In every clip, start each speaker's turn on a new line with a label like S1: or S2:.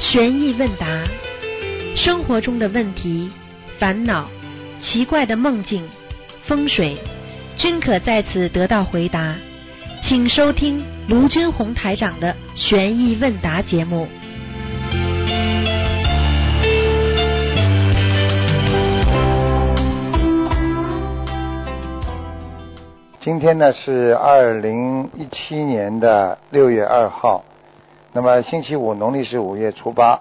S1: 悬疑问答，生活中的问题、烦恼、奇怪的梦境、风水，均可在此得到回答。请收听卢军红台长的悬疑问答节目。
S2: 今天呢是二零一七年的六月二号，那么星期五，农历是五月初八。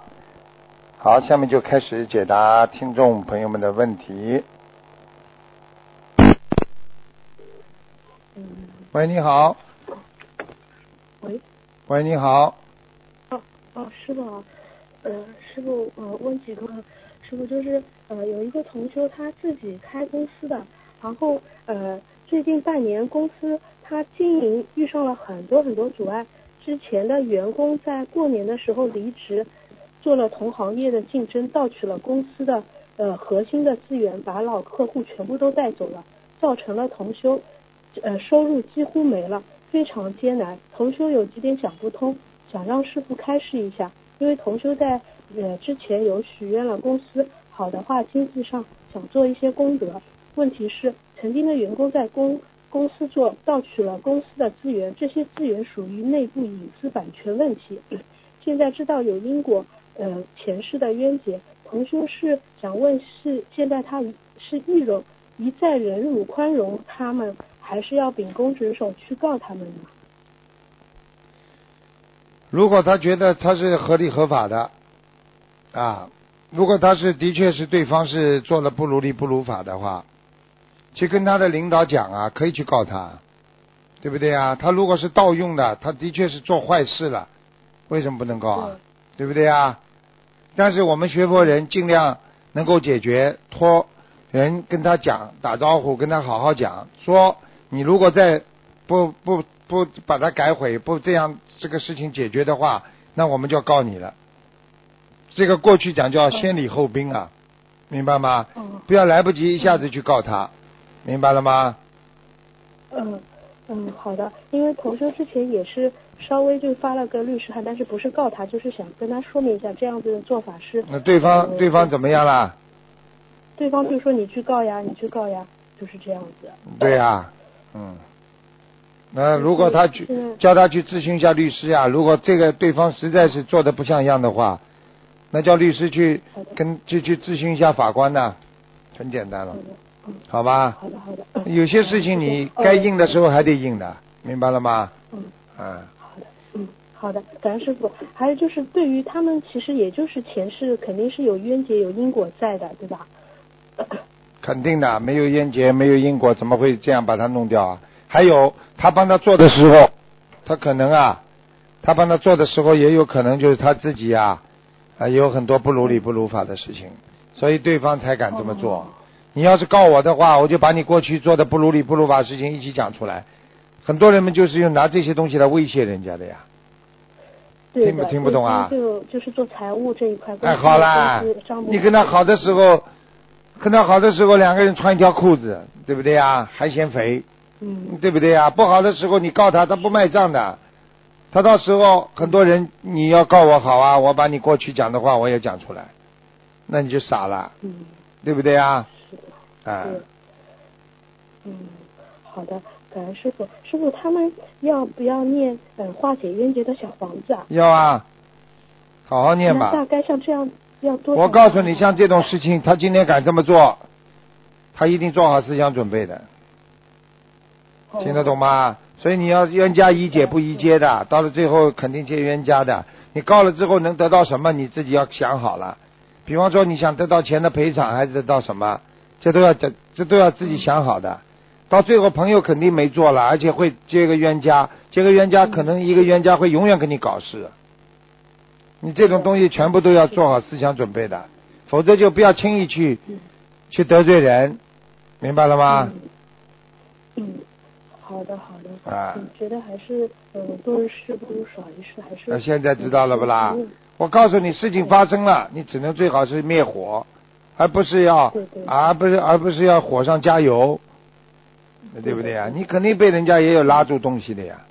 S2: 好，下面就开始解答听众朋友们的问题。喂，你好。
S3: 喂。
S2: 喂，你好。
S3: 哦哦，师傅好，呃，师傅呃问几个，师傅就是呃有一个同修他自己开公司的，然后呃最近半年公司他经营遇上了很多很多阻碍，之前的员工在过年的时候离职，做了同行业的竞争，盗取了公司的呃核心的资源，把老客户全部都带走了，造成了同修呃收入几乎没了，非常艰难。同修有几点想不通，想让师傅开示一下，因为同修在呃之前有许愿了公司好的话，经济上想做一些功德。问题是，曾经的员工在公公司做盗取了公司的资源，这些资源属于内部隐私版权问题。现在知道有因果呃前世的冤结，同修是想问是现在他是易容一再忍辱宽容他们，还是要秉公职守去告他们呢？
S2: 如果他觉得他是合理合法的，啊，如果他是的确是对方是做了不如理不如法的话，去跟他的领导讲啊，可以去告他，对不对啊？他如果是盗用的，他的确是做坏事了，为什么不能告啊？对不对啊？但是我们学佛人尽量能够解决，托人跟他讲，打招呼，跟他好好讲，说你如果再不不不把它改悔，不这样这个事情解决的话，那我们就要告你了。这个过去讲叫先礼后兵啊，明白吗？
S3: 哦，
S2: 不要来不及一下子去告他，明白了吗？
S3: 嗯嗯，好的，因为同修之前也是稍微就发了个律师函，但是不是告他，就是想跟他说明一下这样子的做法是
S2: 那对方
S3: 嗯
S2: 对方怎么样啦？
S3: 对方就说你去告呀，你去告呀，就是这样子。
S2: 对呀、嗯。那如果他去
S3: 嗯
S2: 叫他去咨询一下律师啊，如果这个对方实在是做的不像样的话，那叫律师去
S3: 好的，
S2: 跟去去咨询一下法官呐、很简单
S3: 好
S2: 了
S3: 的，，嗯，
S2: 好吧？
S3: 好的，好的。嗯
S2: 有些事情你该硬的时候还得硬的，明白了吗？
S3: 嗯，
S2: 啊，
S3: 好的，嗯，好的，感恩师傅。还有就是，对于他们，其实也就是前世肯定是有冤结、有因果在的，对吧？
S2: 肯定的，没有冤结，没有因果，怎么会这样把它弄掉啊？还有他帮他做的时候，他可能啊，他帮他做的时候也有可能就是他自己啊，啊也有很多不如理不如法的事情，所以对方才敢这么做。
S3: 哦
S2: 你要是告我的话，我就把你过去做的不如理不如法的事情一起讲出来。很多人们就是用拿这些东西来威胁人家的呀。
S3: 对的
S2: 听不听不懂啊
S3: 因为就就是做财务这一块，
S2: 哎，好啦，
S3: 哦
S2: 你跟他好的时候，跟他好的时候两个人穿一条裤子，对不对呀？还嫌肥，
S3: 嗯，
S2: 对不对呀？不好的时候你告他，他不卖账的。他到时候很多人你要告我好啊，我把你过去讲的话我也讲出来，那你就傻了，
S3: 嗯，
S2: 对不对呀？
S3: 是的。
S2: 啊、
S3: 对，嗯，好的，感恩师傅。师傅，他们要不要念嗯化解冤结的小房子啊？
S2: 要啊，好好念
S3: 那大
S2: 吧。
S3: 概像这样要多少？
S2: 我告诉你，像这种事情，他今天敢这么做，他一定做好思想准备的。
S3: 哦
S2: 听得懂吗？所以你要冤家宜解不宜结的，到了最后肯定结冤家的。你告了之后能得到什么，你自己要想好了。比方说你想得到钱的赔偿，还是得到什么，这都要这这都要自己想好的。到最后朋友肯定没做了，而且会结个冤家，结个冤家
S3: 嗯
S2: 可能一个冤家会永远跟你搞事。你这种东西全部都要做好思想准备的，否则就不要轻易去
S3: 嗯
S2: 去得罪人，明白了吗？
S3: 嗯嗯，好的好的。
S2: 啊
S3: 嗯觉得还是嗯多一事不如少一事，还是。
S2: 那呃现在知道了不啦
S3: 嗯
S2: 我告诉你，事情发生了，你只能最好是灭火，而不是要
S3: 对对
S2: 而不是而不是要火上加油，对不对呀、
S3: 对对
S2: 你肯定被人家也有拉住东西的呀，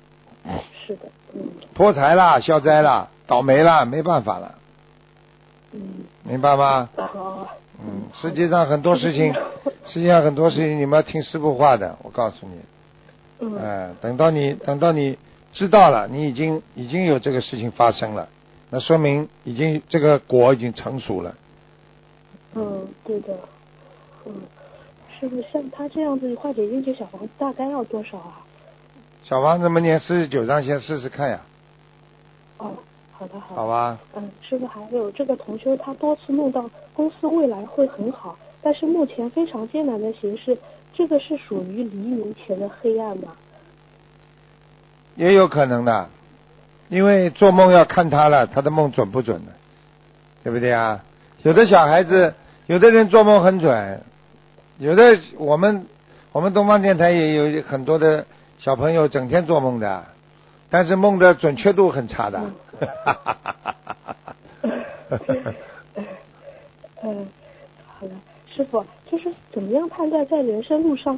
S3: 是的，嗯
S2: 破财啦、消灾啦、倒霉啦，没办法了。
S3: 嗯，
S2: 明白吗？
S3: 哦，
S2: 嗯，实际上很多事情，实际上很多事情你们要听师傅话的，我告诉你，哎、
S3: 嗯，
S2: 等到你等到你知道了，你已经已经有这个事情发生了，那说明已经这个果已经成熟了。
S3: 嗯，对的，嗯，师傅，像他这样子化解冤结小房子大概要多少啊？
S2: 小房子们念四十九章，先试试看呀，
S3: 哦，好的，好的。
S2: 好啊吧？
S3: 嗯，师傅还有这个同修，他多次梦到公司未来会很好，但是目前非常艰难的形势，这个是属于黎明前的黑暗吗？
S2: 也有可能的，因为做梦要看他了，他的梦准不准呢？对不对啊？有的小孩子，有的人做梦很准，有的我们我们东方电台也有很多的小朋友整天做梦的，但是梦的准确度很差的。
S3: 嗯，好的，师傅，就是怎么样判断在人生路上，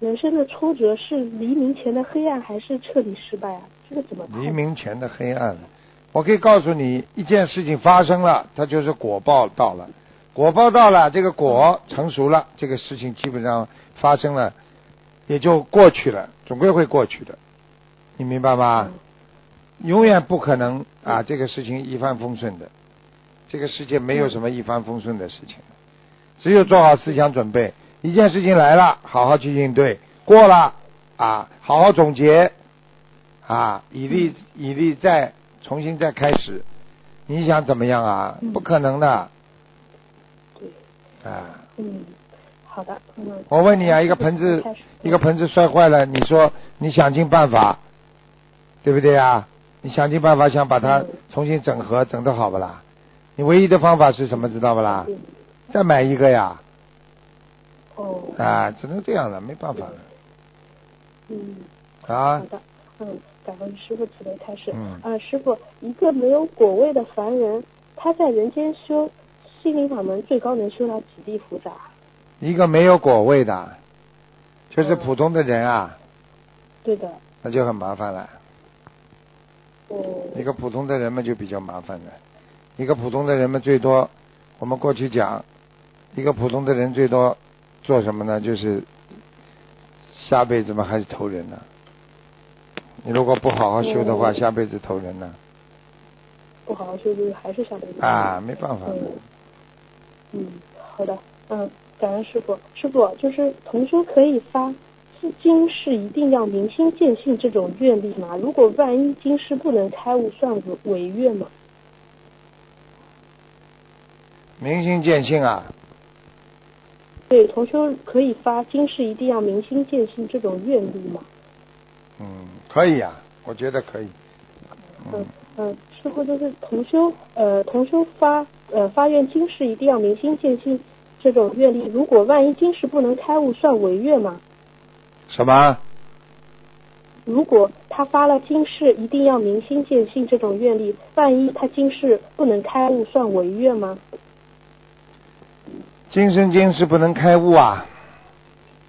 S3: 人生的挫折是黎明前的黑暗，还是彻底失败啊？这个怎么判
S2: 黎？明前的黑暗。我可以告诉你，一件事情发生了，它就是果报到了。果报到了，这个果成熟了，这个事情基本上发生了，也就过去了，总归会过去的，你明白吗？永远不可能啊，这个事情一帆风顺的，这个世界没有什么一帆风顺的事情，只有做好思想准备，一件事情来了，好好去应对，过了啊，好好总结，啊，以力以力再重新再开始，你想怎么样啊？
S3: 嗯
S2: 不可能的
S3: 对，
S2: 啊！
S3: 嗯，好的，嗯。
S2: 我问你啊，一个盆子
S3: 开始
S2: 一个盆子摔坏了，你说你想尽办法，对不对啊？你想尽办法想把它
S3: 嗯
S2: 重新整合，整得好不啦？你唯一的方法是什么？知道不啦？
S3: 嗯
S2: 再买一个呀！
S3: 哦，
S2: 啊，只能这样了，没办法了
S3: 嗯。
S2: 啊
S3: 好！的，嗯，感恩师傅慈悲开始。
S2: 嗯
S3: 呃，师傅，一个没有果位的凡人，他在人间修心灵法门，最高能修到几地菩萨？
S2: 一个没有果位的，就是普通的人啊，
S3: 对的，
S2: 那就很麻烦了。
S3: 哦，
S2: 一个普通的人们就比较麻烦了。一个普通的人们最多，我们过去讲，一个普通的人最多做什么呢？就是下辈子嘛，还是投人呢、你如果不好好修的话，
S3: 嗯
S2: 下辈子投人呢、
S3: 不好好修就是还是想着一个
S2: 啊，没办法，
S3: 嗯嗯，好的，嗯，感恩师傅。师傅就是同修可以发，是今世一定要明心见性这种愿力吗？如果万一今世不能开悟，算违违愿吗？
S2: 明心见性啊，
S3: 对，同修可以发今世一定要明心见性这种愿力吗？
S2: 嗯，可以啊，我觉得可以。
S3: 嗯，嗯，师傅就是同修，呃，同修发呃发愿今世一定要明心见性这种愿力，如果万一今世不能开悟，算违愿吗？
S2: 什么？
S3: 如果他发了今世一定要明心见性这种愿力，万一他今世不能开悟，算违愿吗？
S2: 今生今世不能开悟啊？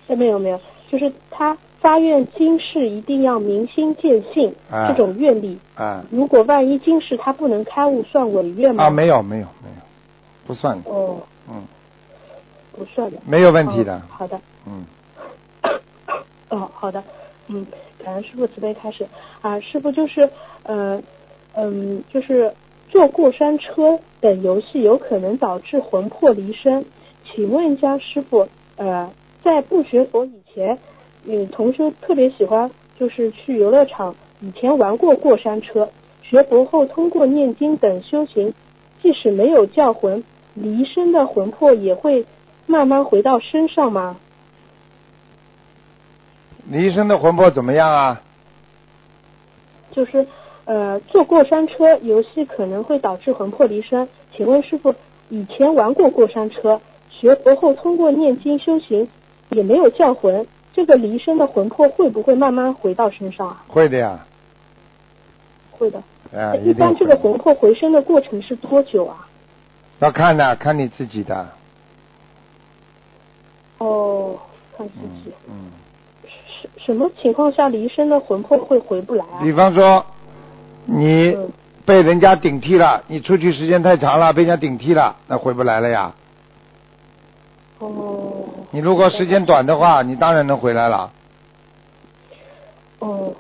S3: 哎，没有没有，就是他发愿今世一定要明心见性
S2: 啊
S3: 这种愿力，
S2: 啊
S3: 如果万一今世他不能开悟，算违愿吗？
S2: 啊，没有没有没有，不算的，
S3: 哦，
S2: 嗯，
S3: 不算的，
S2: 没有问题的
S3: 哦，好的。
S2: 嗯。
S3: 哦，好的，嗯，感恩师傅慈悲开始啊，师傅就是呃，嗯，就是坐过山车等游戏有可能导致魂魄离身，请问一下师傅，呃，在不学佛以前，嗯，同修特别喜欢就是去游乐场，以前玩过过山车，学佛后通过念经等修行，即使没有叫魂，离身的魂魄也会慢慢回到身上吗？
S2: 离身的魂魄怎么样啊？
S3: 就是呃，坐过山车游戏可能会导致魂魄离身。请问师傅，以前玩过过山车，学佛后通过念经修行，也没有叫魂，这个离身的魂魄会不会慢慢回到身上啊？
S2: 会的呀，
S3: 会的。
S2: 啊，
S3: 哎一
S2: 一定
S3: 般这个
S2: 会。
S3: 魂魄回身的过程是多久啊？
S2: 要看的，看你自己的。
S3: 哦，看自
S2: 嗯
S3: 己，
S2: 嗯，
S3: 什
S2: 嗯
S3: 什么情况下离身的魂魄会回不来啊
S2: 比？方说，你
S3: 嗯
S2: 被人家顶替了，你出去时间太长了，被人家顶替了，那回不来了呀。
S3: 哦。
S2: 你如果时间短的话，你当然能回来了。
S3: 哦，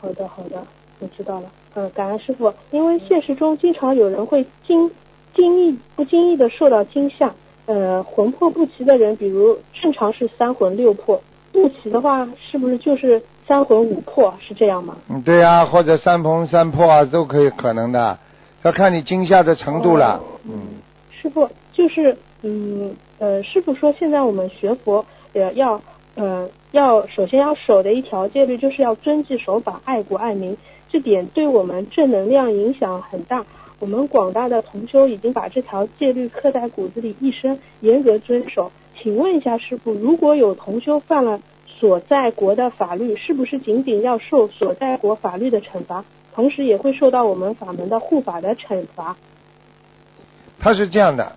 S3: 好的好的，我知道了。嗯，感恩师傅，因为现实中经常有人会经经意不经意的受到惊吓，呃，魂魄不齐的人，比如正常是三魂六魄，不齐的话是不是就是三魂五魄？啊是这样吗？
S2: 嗯，对呀、或者三鹏三破啊，都可以可能的，要看你惊吓的程度
S3: 哦
S2: 了。嗯，
S3: 师傅，就是嗯呃，师傅说现在我们学佛呃要呃要首先要守的一条戒律就是要遵纪守法、爱国爱民，这点对我们正能量影响很大。我们广大的同修已经把这条戒律刻在骨子里，一生严格遵守。请问一下师傅，如果有同修犯了所在国的法律，是不是仅仅要受所在国法律的惩罚，同时也会受到我们法门的护法的惩罚？
S2: 他是这样的，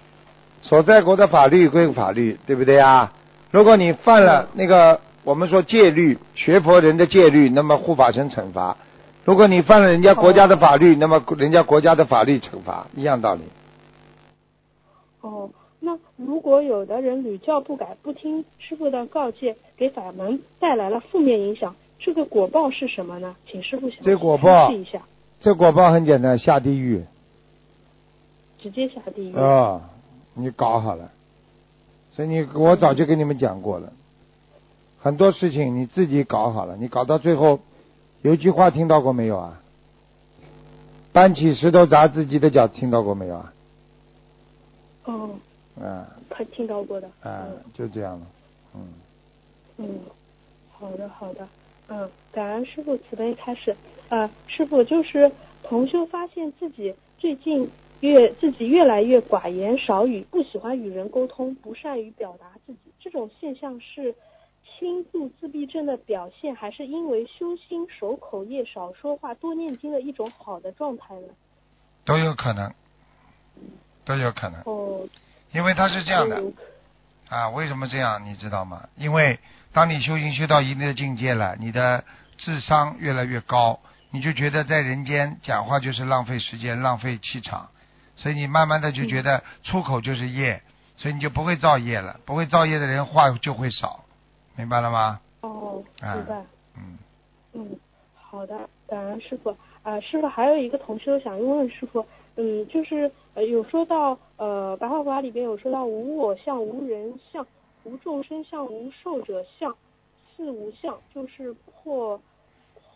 S2: 所在国的法律归法律，对不对啊？如果你犯了那个我们说戒律，学佛人的戒律，那么护法神惩罚；如果你犯了人家国家的法律，那么人家国家的法律惩罚，一样道理。
S3: 哦，那如果有的人屡教不改，不听师傅的告诫，给法门带来了负面影响，这个果报是什么呢？请师傅详细
S2: 这果报
S3: 解释一下，
S2: 这果报很简单，下地狱
S3: 直接下地狱。
S2: 啊、你搞好了，所以你我早就跟你们讲过了，很多事情你自己搞好了，你搞到最后，有一句话听到过没有啊？搬起石头砸自己的脚，听到过没有啊？
S3: 哦，
S2: 啊
S3: 他听到过的。
S2: 啊
S3: 嗯，
S2: 就这样了，嗯。
S3: 嗯，好的好的，嗯，感恩师傅慈悲开示。呃，师傅就是同修发现自己最近越自己越来越寡言少语，不喜欢与人沟通，不善于表达自己，这种现象是轻度自闭症的表现，还是因为修心守口业、少说话、多念经的一种好的状态呢？
S2: 都有可能，都有可能，
S3: 哦，
S2: 因为他是这样的
S3: 嗯
S2: 啊。为什么这样？你知道吗？因为当你修行修到一定的境界了，你的智商越来越高，你就觉得在人间讲话就是浪费时间、浪费气场，所以你慢慢的就觉得出口就是业，所以你就不会造业了。不会造业的人话就会少，明白了吗？
S3: 哦，
S2: 啊
S3: 明白。
S2: 嗯，
S3: 嗯，好的，感恩师傅。啊、师傅还有一个同修想问问师傅，嗯，就是呃有说到呃白话佛法里边有说到无我相、无人相、无众生相、无受者相，四无相，就是破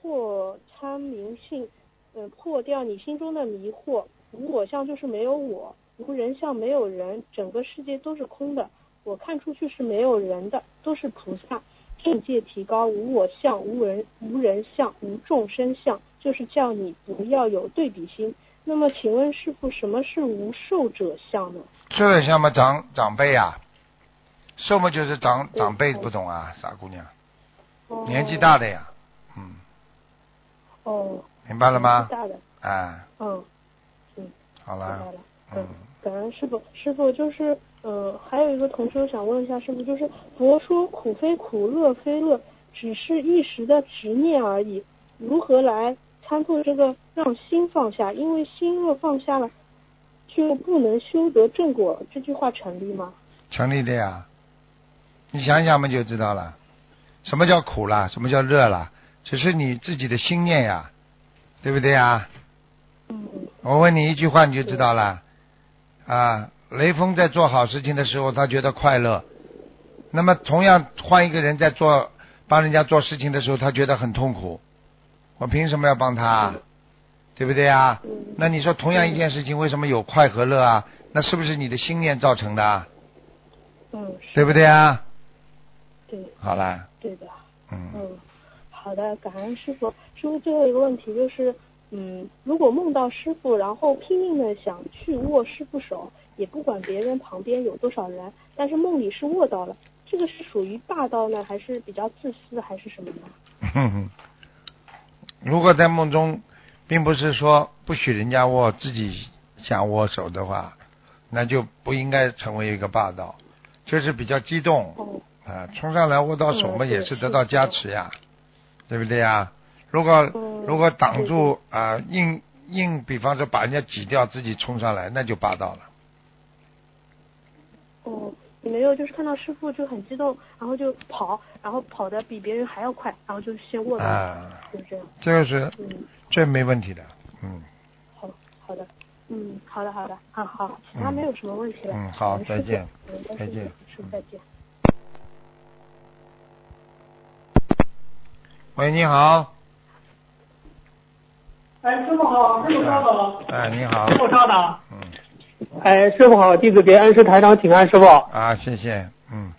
S3: 破参明性，嗯、破掉你心中的迷惑。无我相就是没有我，无人相没有人，整个世界都是空的，我看出去是没有人的，都是菩萨。境界提高，无我相、无人、无人相、无众生相，就是叫你不要有对比心。那么，请问师傅，什么是无受者相呢？
S2: 这个像嘛长长辈啊，什么就是长
S3: 对
S2: 长辈
S3: 好
S2: 不懂啊，傻姑娘，
S3: 哦
S2: 年纪大的呀，嗯，
S3: 哦，
S2: 明白了吗
S3: 年纪？大的，
S2: 哎，
S3: 嗯，
S2: 好
S3: 明
S2: 了
S3: 白，了。
S2: 嗯
S3: 嗯，感恩师傅，师傅就是，嗯、还有一个同学想问一下师傅，就是佛说苦非苦，乐非乐，只是一时的执念而已，如何来参透这个让心放下？因为心若放下了，就不能修得正果，这句话成立吗？
S2: 成立的呀。你想想嘛，就知道了，什么叫苦啦，什么叫乐啦，只是你自己的心念呀，对不对呀？
S3: 嗯，
S2: 我问你一句话，你就知道了。啊，雷锋在做好事情的时候，他觉得快乐；那么同样换一个人在做帮人家做事情的时候，他觉得很痛苦。我凭什么要帮他啊？对不对啊？
S3: 嗯
S2: 那你说同样一件事情，为什么有快和乐啊？那是不是你的心念造成的啊？
S3: 嗯，是
S2: 对不对啊？
S3: 对
S2: 好啦，
S3: 对的。
S2: 嗯，
S3: 嗯，好的，感恩师傅。师傅最后一个问题就是，嗯，如果梦到师傅，然后拼命的想去握师傅手，也不管别人旁边有多少人，但是梦里是握到了，这个是属于霸道呢，还是比较自私，还是什么呢？
S2: 哼哼如果在梦中，并不是说不许人家握自己想握手的话，那就不应该成为一个霸道，就是比较激动
S3: 哦，
S2: 啊，冲上来握到手嘛，
S3: 嗯
S2: 也是得
S3: 对
S2: 到哦加持呀，对不对呀？如果
S3: 嗯
S2: 如果挡
S3: 对
S2: 住啊硬硬，比方说把人家挤掉，自己冲上来，那就霸道了。
S3: 哦，也没有，就是看到师傅就很激动，然后就跑，然后跑的比别人还要快，然后就先握住，
S2: 啊，
S3: 就这样。
S2: 这个是
S3: 嗯，
S2: 这没问题的，嗯
S3: 好，好的，嗯，好的，好的，啊，好，其他没有什么问题了。
S2: 嗯，好，
S3: 嗯
S2: 再见。。
S3: 师傅嗯
S2: 再见
S3: 师傅再见。
S2: 喂，你好，
S4: 哎，师傅好，师傅稍等，
S2: 哎，你好
S4: 师，傅稍等。
S2: 嗯，
S4: 哎，师傅好，弟子给恩师台长请安，师傅
S2: 啊，谢谢，嗯，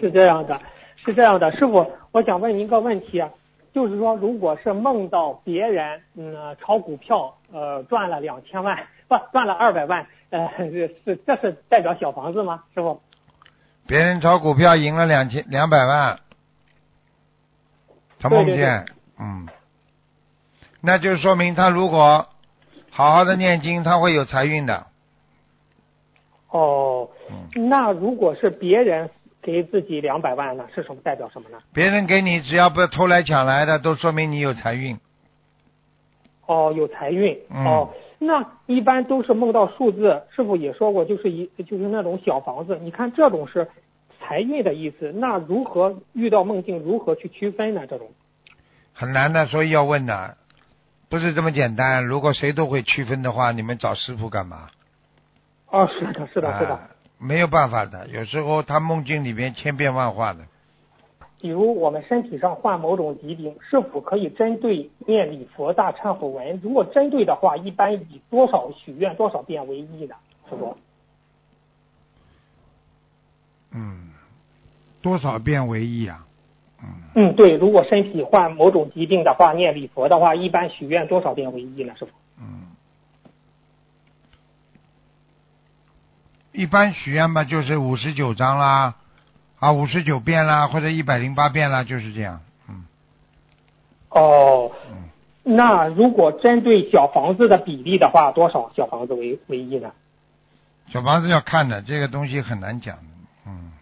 S4: 是这样的，是这样的，师傅，我想问您一个问题啊，就是说，如果是梦到别人嗯呃炒股票呃赚了两千万，不赚了二百万，呃是是这是代表小房子吗？师傅
S2: 别人炒股票赢了两千两百万，他梦见，
S4: 对对
S2: 嗯，那就说明他如果好好的念经，他会有财运的，
S4: 哦，
S2: 嗯，
S4: 那如果是别人给自己两百万呢，是什么代表什么呢？
S2: 别人给你只要不偷来抢来的，都说明你有财运。
S4: 哦，有财运、
S2: 嗯
S4: 哦。那一般都是梦到数字，师傅也说过，就是一就是那种小房子。你看这种是财运的意思，那如何遇到梦境如何去区分呢？这种
S2: 很难的，所以要问的，不是这么简单。如果谁都会区分的话，你们找师傅干嘛？
S4: 哦，是的，是的，是的
S2: 啊。没有办法的，有时候他梦境里边千变万化的。
S4: 比如我们身体上患某种疾病，是否可以针对念礼佛大忏悔文？如果针对的话，一般以多少许愿多少遍为宜呢？师傅？
S2: 嗯，多少变为一啊？嗯，
S4: 嗯，对，如果身体患某种疾病的话，念礼佛的话，一般许愿多少遍为宜呢？师傅？
S2: 嗯一般许愿嘛，就是五十九章啦，啊，五十九遍啦，或者一百零八遍啦，就是这样。嗯，
S4: 哦
S2: 嗯，
S4: 那如果针对小房子的比例的话，多少小房子为为一呢？
S2: 小房子要看的，这个东西很难讲的。嗯，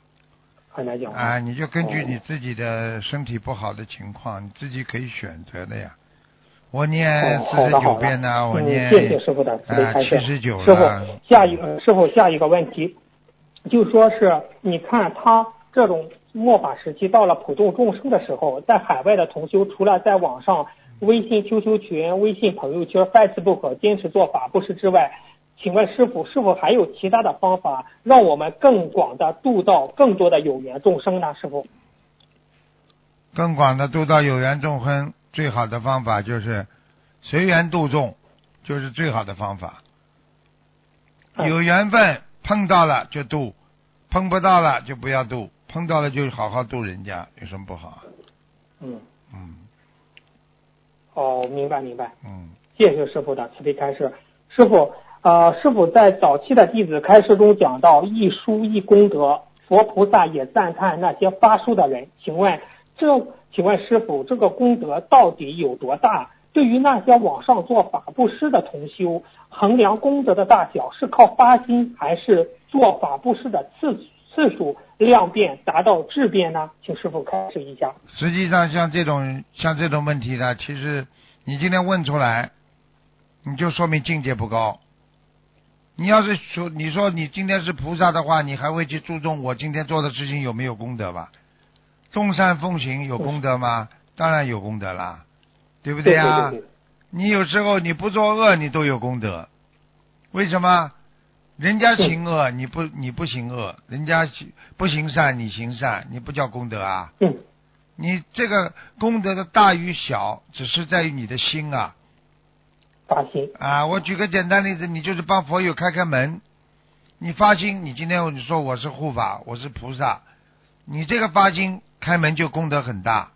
S4: 很难讲
S2: 啊，你就根据
S4: 哦
S2: 你自己的身体不好的情况，你自己可以选择的呀。我念
S4: 哦
S2: 四
S4: 好
S2: 十
S4: 的
S2: 九
S4: 好的，
S2: 遍呢、我
S4: 嗯，
S2: 念
S4: 谢谢师傅的慈悲
S2: 啊
S4: 开示。
S2: 七十九
S4: 师
S2: 了
S4: 傅，，下一呃个师傅下一个问题，就说是你看他这种末法时期到了普度众生的时候，在海外的同修，除了在网上微信 QQ 群、微信朋友圈、Facebook 坚持做法布施之外，请问师傅是否还有其他的方法，让我们更广的度到更多的有缘众生呢？师傅，
S2: 更广的度到有缘众生，最好的方法就是随缘度众，就是最好的方法。
S4: 嗯
S2: 有缘分碰到了就度，碰不到了就不要度，碰到了就好好度人家，有什么不好啊？
S4: 嗯，
S2: 嗯
S4: 哦，明白明白。
S2: 嗯，
S4: 谢谢师傅的慈悲开示。师傅，呃，师傅在早期的弟子开示中讲到一书一功德，佛菩萨也赞叹那些发书的人。请问这，请问师傅，这个功德到底有多大？对于那些网上做法布施的同修，衡量功德的大小是靠发心还是做法布施的次次数量变达到质变呢？请师傅开示一下。
S2: 实际上像这种像这种问题呢，其实你今天问出来，你就说明境界不高。你要是说你说你今天是菩萨的话，你还会去注重我今天做的事情有没有功德吧？众善奉行有功德吗？当然有功德啦，对不
S4: 对
S2: 呀、
S4: 对对，
S2: 你有时候你不作恶，你都有功德。为什么？人家行恶，你不你不行恶；人家行不行善，你行善，你不叫功德啊？
S4: 嗯，
S2: 你这个功德的大与小，只是在于你的心啊
S4: 发心，
S2: 啊！我举个简单例子，你就是帮佛友开开门，你发心，你今天你说我是护法，我是菩萨，你这个发心开门就功德很大，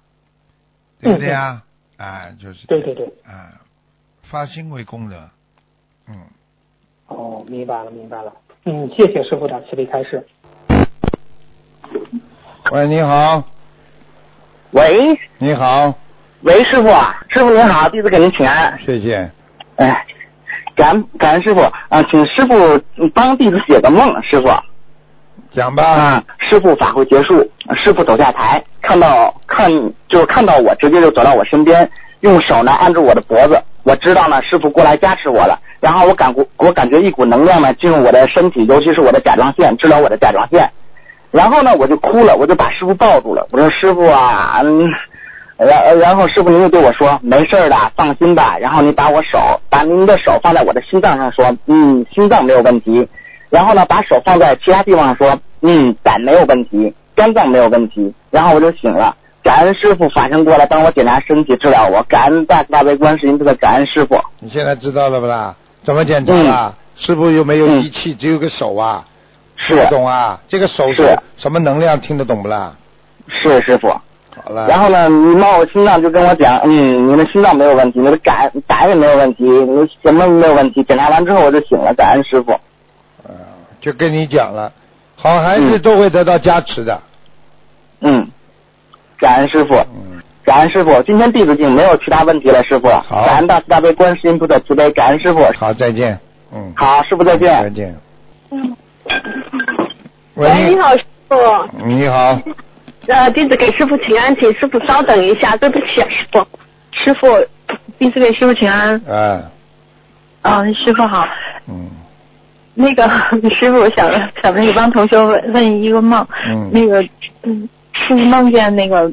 S2: 对不对啊？啊，就是
S4: 嗯对对对。
S2: 啊，发心为功德，嗯，
S4: 哦，明白了，明白了。嗯，谢谢师傅的慈悲开示。
S2: 喂，你好，
S5: 喂
S2: 你好，
S5: 喂，师傅，啊师傅您好，弟子给您请安。
S2: 谢谢。
S5: 哎，感恩感恩师傅啊、请师傅嗯帮弟子解个梦，师傅。
S2: 讲吧
S5: 啊，，师傅法会结束，师傅走下台，看到看就是看到我，直接就走到我身边，用手呢按住我的脖子，我知道呢，师傅过来加持我了。然后我感股我感觉一股能量呢进入我的身体，尤其是我的甲状腺，治疗我的甲状腺。然后呢，我就哭了，我就把师傅抱住了。我说师傅啊，嗯，然然后师傅您就对我说没事儿的，放心吧。然后你把我手把您的手放在我的心脏上说，嗯，心脏没有问题。然后呢，把手放在其他地方上说，嗯，胆没有问题，肝脏没有问题。然后我就醒了。感恩师傅法身过来帮我检查身体治疗我，感恩大慈大悲观世音菩萨，感恩师傅。
S2: 你现在知道了不啦？怎么检查啦？师傅又没有仪器，只有个手啊，
S5: 是
S2: 听不懂啊？这个手
S5: 是
S2: 什么能量？听得懂不啦？
S5: 是师傅。
S2: 好了，
S5: 然后呢，你摸我心脏就跟我讲，嗯，你的心脏没有问题，你的感胆也没有问题，你什么没有问题。检查完之后我就醒了，感恩师傅。
S2: 嗯就跟你讲了，好孩子
S5: 嗯
S2: 都会得到加持的。
S5: 嗯，感恩师傅，
S2: 嗯，
S5: 感恩师傅。今天弟子经没有其他问题了，师傅。
S2: 好
S5: 感恩大慈大悲观世音菩萨慈悲，感恩师傅。
S2: 好，再见。嗯，
S5: 好，师傅再见。
S2: 再见。
S6: 嗯
S2: 喂，
S6: 喂，你好，师傅。
S2: 你好，
S6: 呃，弟子给师傅请安，请师傅稍等一下，对不起、啊，师傅。师傅，弟子给师傅请安。
S2: 啊，
S6: 嗯，师傅好。
S2: 嗯，
S6: 那个 师傅想想那个帮同学问问一个梦，
S2: 嗯
S6: 那个嗯，是梦见那个，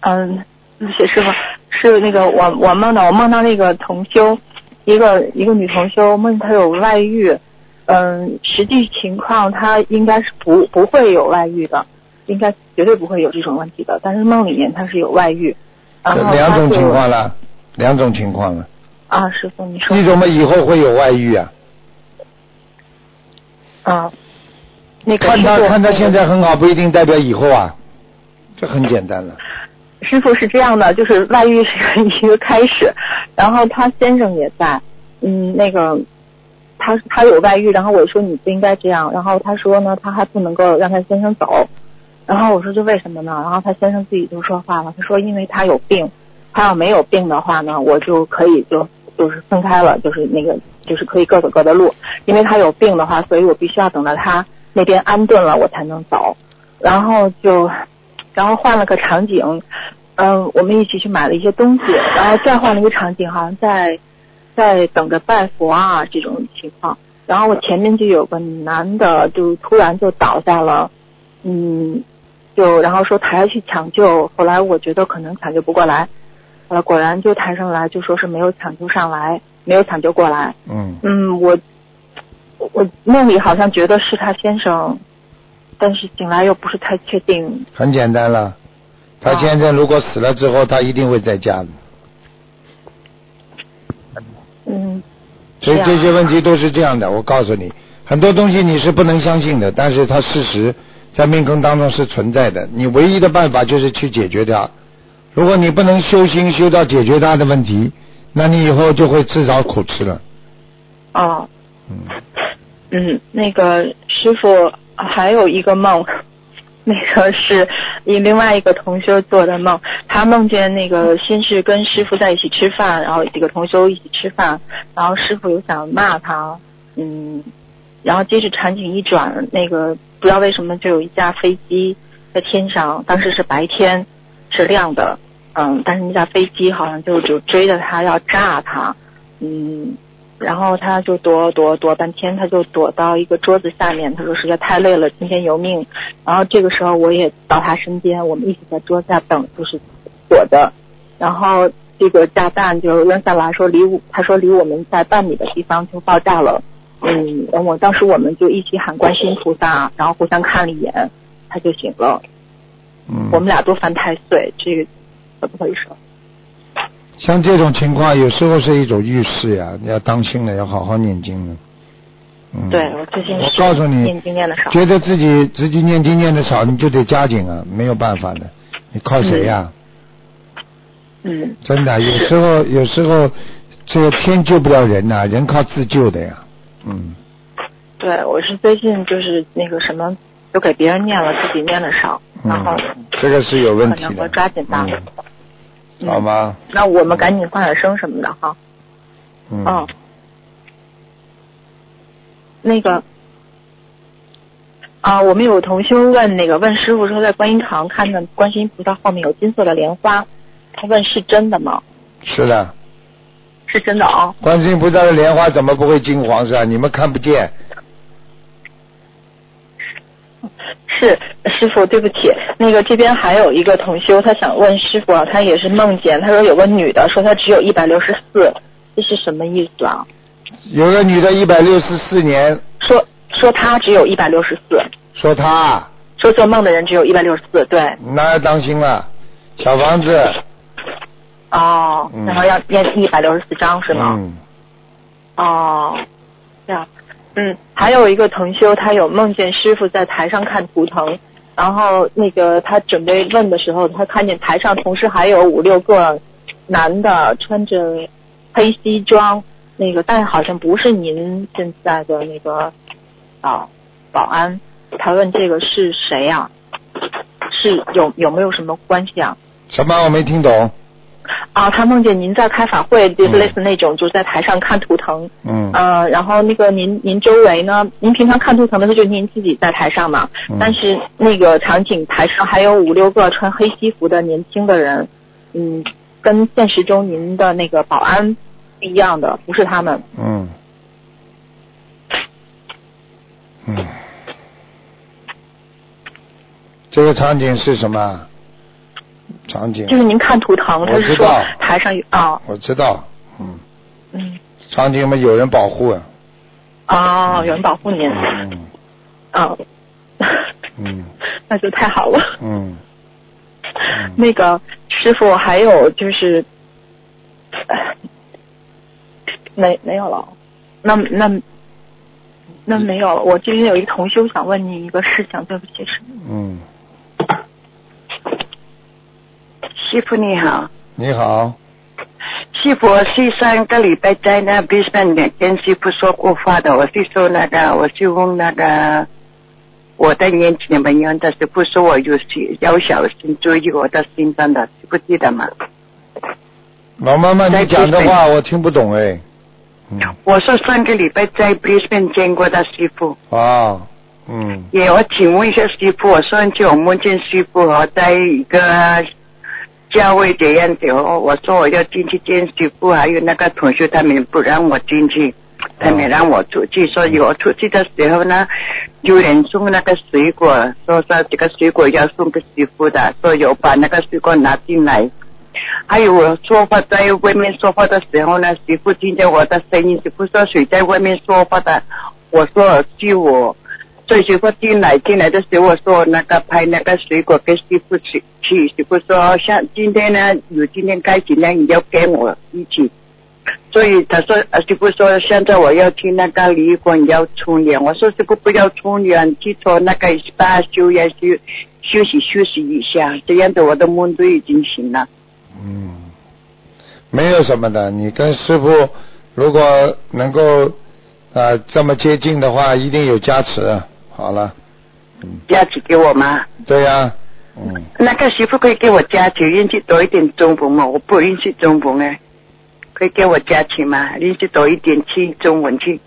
S6: 嗯，对不起师傅，是那个我我梦到我梦到那个同修，一个一个女同修梦她有外遇，嗯，实际情况她应该是不不会有外遇的，应该绝对不会有这种问题的，但是梦里面她是有外遇，然后
S2: 这
S6: 她
S2: 两种
S6: 啊就
S2: 情况了，两种情况了。
S6: 啊，师傅你说
S2: 你怎么以后会有外遇啊？
S6: 啊，那个
S2: 看他
S6: 师傅
S2: 看他
S6: 那个
S2: 现在很好，不一定代表以后啊，这很简单了。
S6: 师傅是这样的，就是外遇是一个开始，然后他先生也在，嗯，那个他他有外遇，然后我说你不应该这样，然后他说呢，他还不能够让他先生走，然后我说这为什么呢？然后他先生自己就说话了，他说因为他有病，他要没有病的话呢，我就可以就就是分开了，就是那个就是可以各走各的路，因为他有病的话，所以我必须要等到他那边安顿了，我才能走，然后就然后换了个场景，嗯，我们一起去买了一些东西，然后再换了一个场景，好像在在等着拜佛啊这种情况。然后我前面就有个男的，就突然就倒下了，嗯，就然后说抬去抢救，后来我觉得可能抢救不过来，呃，果然就抬上来，就说是没有抢救上来，没有抢救过来。
S2: 嗯，
S6: 嗯，我我我梦里好像觉得是他先生，但是醒来又不是太确定。
S2: 很简单了。他
S6: 啊
S2: 先生如果死了之后，他一定会在家的。
S6: 嗯，
S2: 所以
S6: 是啊
S2: 这些问题都是这样的，
S6: 啊
S2: 我告诉你，很多东西你是不能相信的，但是它事实在命根当中是存在的。你唯一的办法就是去解决它。如果你不能修心修到解决它的问题，那你以后就会自找苦吃了。
S6: 哦。
S2: 嗯，
S6: 嗯，那个师傅还有一个梦， 那个是以另外一个同修做的梦，他梦见那个先是跟师傅在一起吃饭，然后几个同修一起吃饭，然后师傅有想骂他，嗯，然后接着场景一转，那个不知道为什么就有一架飞机在天上，当时是白天，是亮的，嗯，但是那架飞机好像就就追着他要炸他，嗯，然后他就躲躲躲半天，他就躲到一个桌子下面。他说实在太累了，听天由命。然后这个时候我也到他身边，我们一起在桌下等，就是躲着。然后这个炸弹就扔下来说离我，他说离我们在半米的地方就爆炸了。嗯，然后我当时我们就一起喊观世音菩萨，然后互相看了一眼，他就醒了。
S2: 嗯
S6: 我们俩都犯太岁，这个怎么回事？
S2: 像这种情况，有时候是一种预示呀，你要当心了，要好好念经了。嗯，
S6: 对我最近
S2: 我
S6: 是
S2: 告诉你，
S6: 念经念的少。
S2: 觉得自己自己念经念的少，你就得加紧啊，没有办法的，你靠谁呀、
S6: 嗯
S2: 真 的，有时候有时候这个天救不了人呐、人靠自救的呀。嗯，
S6: 对，我是最近就是那个什么，都给别人念了，自己念的少，然后
S2: 嗯，这个是有问题
S6: 可能
S2: 的。
S6: 会抓紧吧
S2: 嗯，好吗？
S6: 那我们赶紧放点声什么的哈。
S2: 嗯。
S6: 嗯，那个啊，我们有同修问那个问师傅说，在观音堂看到观世音菩萨后面有金色的莲花，他问是真的吗？
S2: 是的，
S6: 是真的啊、
S2: 观世音菩萨的莲花怎么不会金黄色？啊你们看不见，
S6: 是师傅，对不起，那个这边还有一个同修，他想问师傅啊，他也是梦见，他说有个女的说她只有一百六十四，这是什么意思啊？
S2: 有个女的，一百六十四年，
S6: 说说她只有一百六十四，
S2: 说她啊
S6: 说做梦的人只有一百六十四，对，
S2: 那要当心了，小房子，
S6: 哦，
S2: 嗯
S6: 然后要念一百六十四章是吗？
S2: 嗯，
S6: 哦，这样，嗯，还有一个同修，他有梦见师傅在台上看图腾，然后那个他准备问的时候，他看见台上同时还有五六个男的穿着黑西装，那个但好像不是您现在的那个啊保安，他问这个是谁呀、是有有没有什么关系啊？
S2: 什么我没听懂，
S6: 啊，他梦见您在开法会，就是
S2: 嗯
S6: 类似那种，就是在台上看图腾，
S2: 嗯，
S6: 呃，然后那个您您周围呢，您平常看图腾的时候就是您自己在台上嘛，
S2: 嗯
S6: 但是那个场景台上还有五六个穿黑西服的年轻的人，嗯，跟现实中您的那个保安不一样的，不是他们。
S2: 嗯，嗯，这个场景是什么？场景
S6: 就是您看图腾，他
S2: 我
S6: 是
S2: 知
S6: 说
S2: 道
S6: 台上有啊，
S2: 我知道，嗯，
S6: 嗯，
S2: 场景嘛有人保护啊，
S6: 哦，有人保护您，
S2: 嗯
S6: 嗯，
S2: 嗯
S6: 那就太好了。
S2: 嗯，
S6: 那个师傅还有就是，呃没没有了，那那那没有了。我这边有一同修想问你一个事情，对不起，师傅
S2: 嗯，
S7: 师傅你好，
S2: 你好，
S7: 师傅，我是上个礼拜在那 b i s b a n 跟师傅说过话的，我是说那个，我是问那个我在年轻怎么样的师傅说我有心要小心注意我的心脏的，记不记得吗？
S2: 老妈妈，你讲的话我听不懂哎，嗯，
S7: 我说上个礼拜在 Brisbane 见过的师傅，
S2: 啊，嗯，
S7: 也我请问一下师傅，我上次我梦见师傅我在一个教会这样子，我我说我要进去见师傅，还有那个同学他们不让我进去，他们让我出去，所以我出去的时候呢，有人送那个水果，说说这个水果要送给师傅的，所以我把那个水果拿进来。还有我说话在外面说话的时候呢，师傅听见我的声音，师傅说谁在外面说话的？我说是我。所以师傅进来进来的时候，我说那个拍那个水果给师傅吃吃，师傅说像今天呢，有今天开始呢，你要跟我一起。所以他说，呃师傅说现在我要去那个旅馆要冲凉，我说师傅不要冲凉，去做那个 SPA 休息休休息休息一下，这样子我的梦都已经醒了。
S2: 嗯，没有什么的。你跟师傅如果能够啊、呃这么接近的话，一定有加持。啊好了，嗯，
S7: 加持给我吗？
S2: 对呀、嗯，
S7: 那个师傅可以给我加持，认识多一点中文吗？我不认识中文哎，可以给我加持吗？认识多一点去中文去。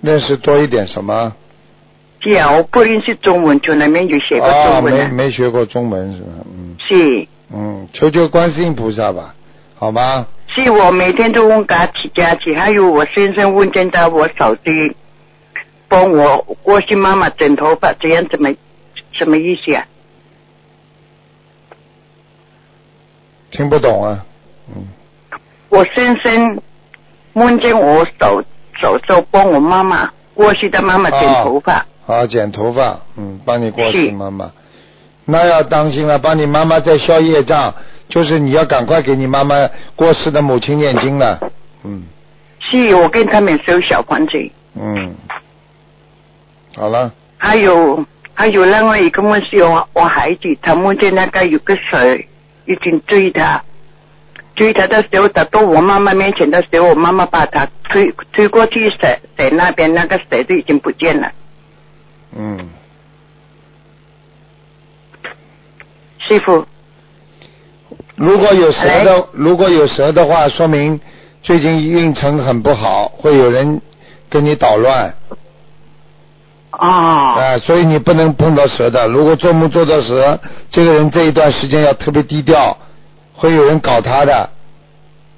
S2: 认识多一点什么？
S7: 是啊，我不认识中文，从来没有学过
S2: 哦，
S7: 中文
S2: 没
S7: 啊。
S2: 没学过中文是吧？嗯
S7: 是，
S2: 嗯，求求观世音菩萨吧，好吗？
S7: 是我每天都问嘎起加起，还有我先生问见到我嫂子帮我过去妈妈整头发，这样怎么什么意思啊？
S2: 听不懂啊，嗯，
S7: 我先生梦见我手手手帮我妈妈过去的妈妈整
S2: 哦
S7: 头发。
S2: 好，剪头发，嗯，帮你过去
S7: 是
S2: 妈妈。那要当心了，帮你妈妈在消业障，就是你要赶快给你妈妈过世的母亲念经了，嗯。
S7: 是我跟他们收小房子，
S2: 嗯，好了，
S7: 还有还有另外一个梦是我我孩子，他梦见那个有个蛇一直追他，追他的时候，他到我妈妈面前的时候，我妈妈把他推推过去蛇蛇那边，那个蛇就已经不见了。
S2: 嗯，
S7: 师傅，
S2: 如果有蛇
S7: 喂
S2: 的，如果有蛇的话，说明最近运程很不好，会有人跟你捣乱，啊、
S7: 哦，
S2: 所以你不能碰到蛇的。如果做梦做到蛇，这个人这一段时间要特别低调，会有人搞他的，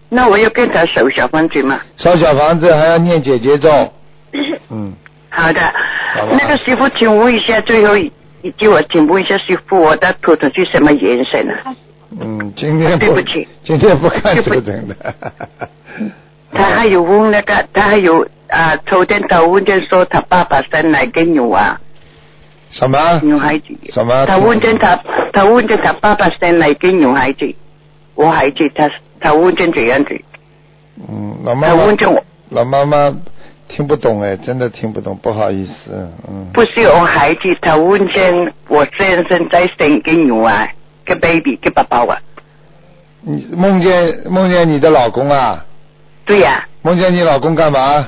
S8: 那我要跟他守小房子吗？
S2: 烧小房子还要念姐姐咒， 嗯，
S8: 好的
S2: 吧，
S8: 那个师傅，请问一下，最后一句我请问一下师傅，我的图腾是什么颜色呢？
S2: 嗯，今天
S8: 对不起
S2: 今天不看
S8: 对不
S2: 图
S8: 起
S2: 腾的。
S8: 他还有问那个，他还有啊，昨天他问见说他爸爸生哪个女啊，
S2: 什么？
S8: 女孩子。
S2: 什么
S8: 他问见他，他问见他爸爸生哪个女孩子，我孩子，他他问见这样子，
S2: 嗯，老妈
S8: 他
S2: 妈
S8: 问，见我
S2: 老妈妈听不懂哎，真的听不懂，不好意思，嗯。
S8: 不是我孩子，他问见我先生在生个女啊，个 baby 个宝宝啊，
S2: 你梦见梦见你的老公啊？
S8: 对呀、
S2: 梦见你老公干嘛？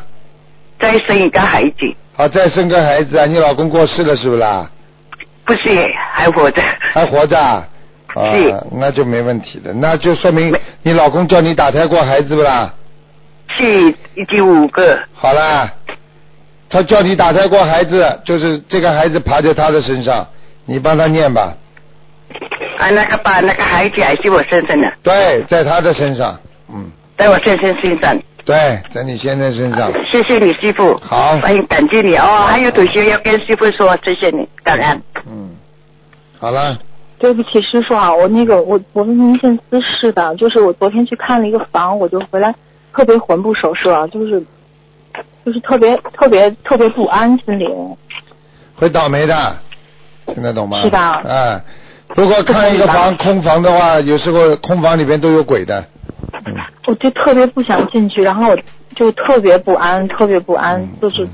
S8: 再生一个孩子。
S2: 啊，再生个孩子啊？你老公过世了是不是啦？
S8: 不是，还活着。
S2: 还活着啊？啊
S8: 是，
S2: 那就没问题的，那就说明
S8: 没
S2: 你老公叫你打胎过孩子不啦？
S8: 是已经五个，
S2: 好啦，他叫你打胎过孩子，就是这个孩子爬在他的身上，你帮他念吧。
S8: 啊，那个把那个孩子还是我先生的，
S2: 对，在他的身上，嗯，
S8: 在我先生身上。
S2: 对，在你先生身上。
S8: 呃谢谢你师傅，
S2: 好
S8: 欢迎感激你哦。还有同学要跟师傅说，谢谢你，感恩。
S2: 嗯，好了，
S6: 对不起，师傅啊，我那个我我是您见私事的，就是我昨天去看了一个房，我就回来特别魂不守舍，就是就是特别特别特别不安心里。
S2: 会倒霉的，听得懂吗？
S6: 是的
S2: 哎，如果看一个房空房的话，有时候空房里边都有鬼的。嗯，
S6: 我就特别不想进去，然后我就特别不安，特别不安
S2: 嗯，
S6: 就是
S2: 嗯，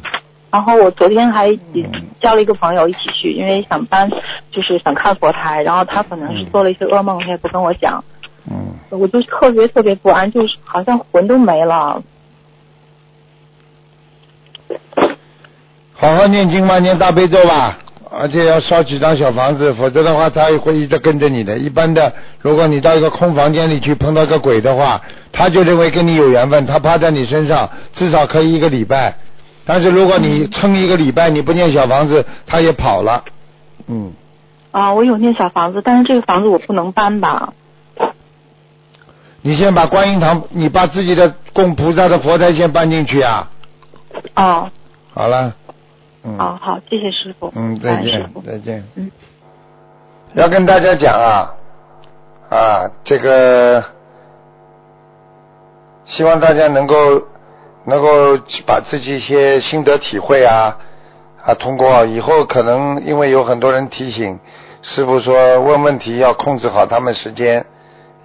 S6: 然后我昨天还也
S2: 嗯
S6: 交了一个朋友一起去，因为想搬，就是想看佛台，然后他可能是
S2: 嗯
S6: 做了一些噩梦，他也不跟我讲，
S2: 嗯，
S6: 我就特别特别不安，就是好像魂都没了。
S2: 好好念经吧，念大悲咒吧，而且要烧几张小房子，否则的话他会一直跟着你的。一般的，如果你到一个空房间里去碰到一个鬼的话，他就认为跟你有缘分，他趴在你身上至少可以一个礼拜。但是如果你撑一个礼拜你不念小房子，他也跑了。嗯，
S6: 啊，我有那小房子，但是这个房子我不能搬吧？
S2: 你先把观音堂，你把自己的供菩萨的佛台先搬进去啊。
S6: 哦，
S2: 好了，嗯。
S6: 哦，好，谢谢师傅。
S2: 嗯，
S6: 感
S2: 再
S6: 恩师
S2: 见
S6: 傅，
S2: 再见。
S6: 嗯。
S2: 要跟大家讲啊，啊，这个希望大家能够能够把自己一些心得体会啊啊，通过以后可能因为有很多人提醒师傅说问问题要控制好他们时间，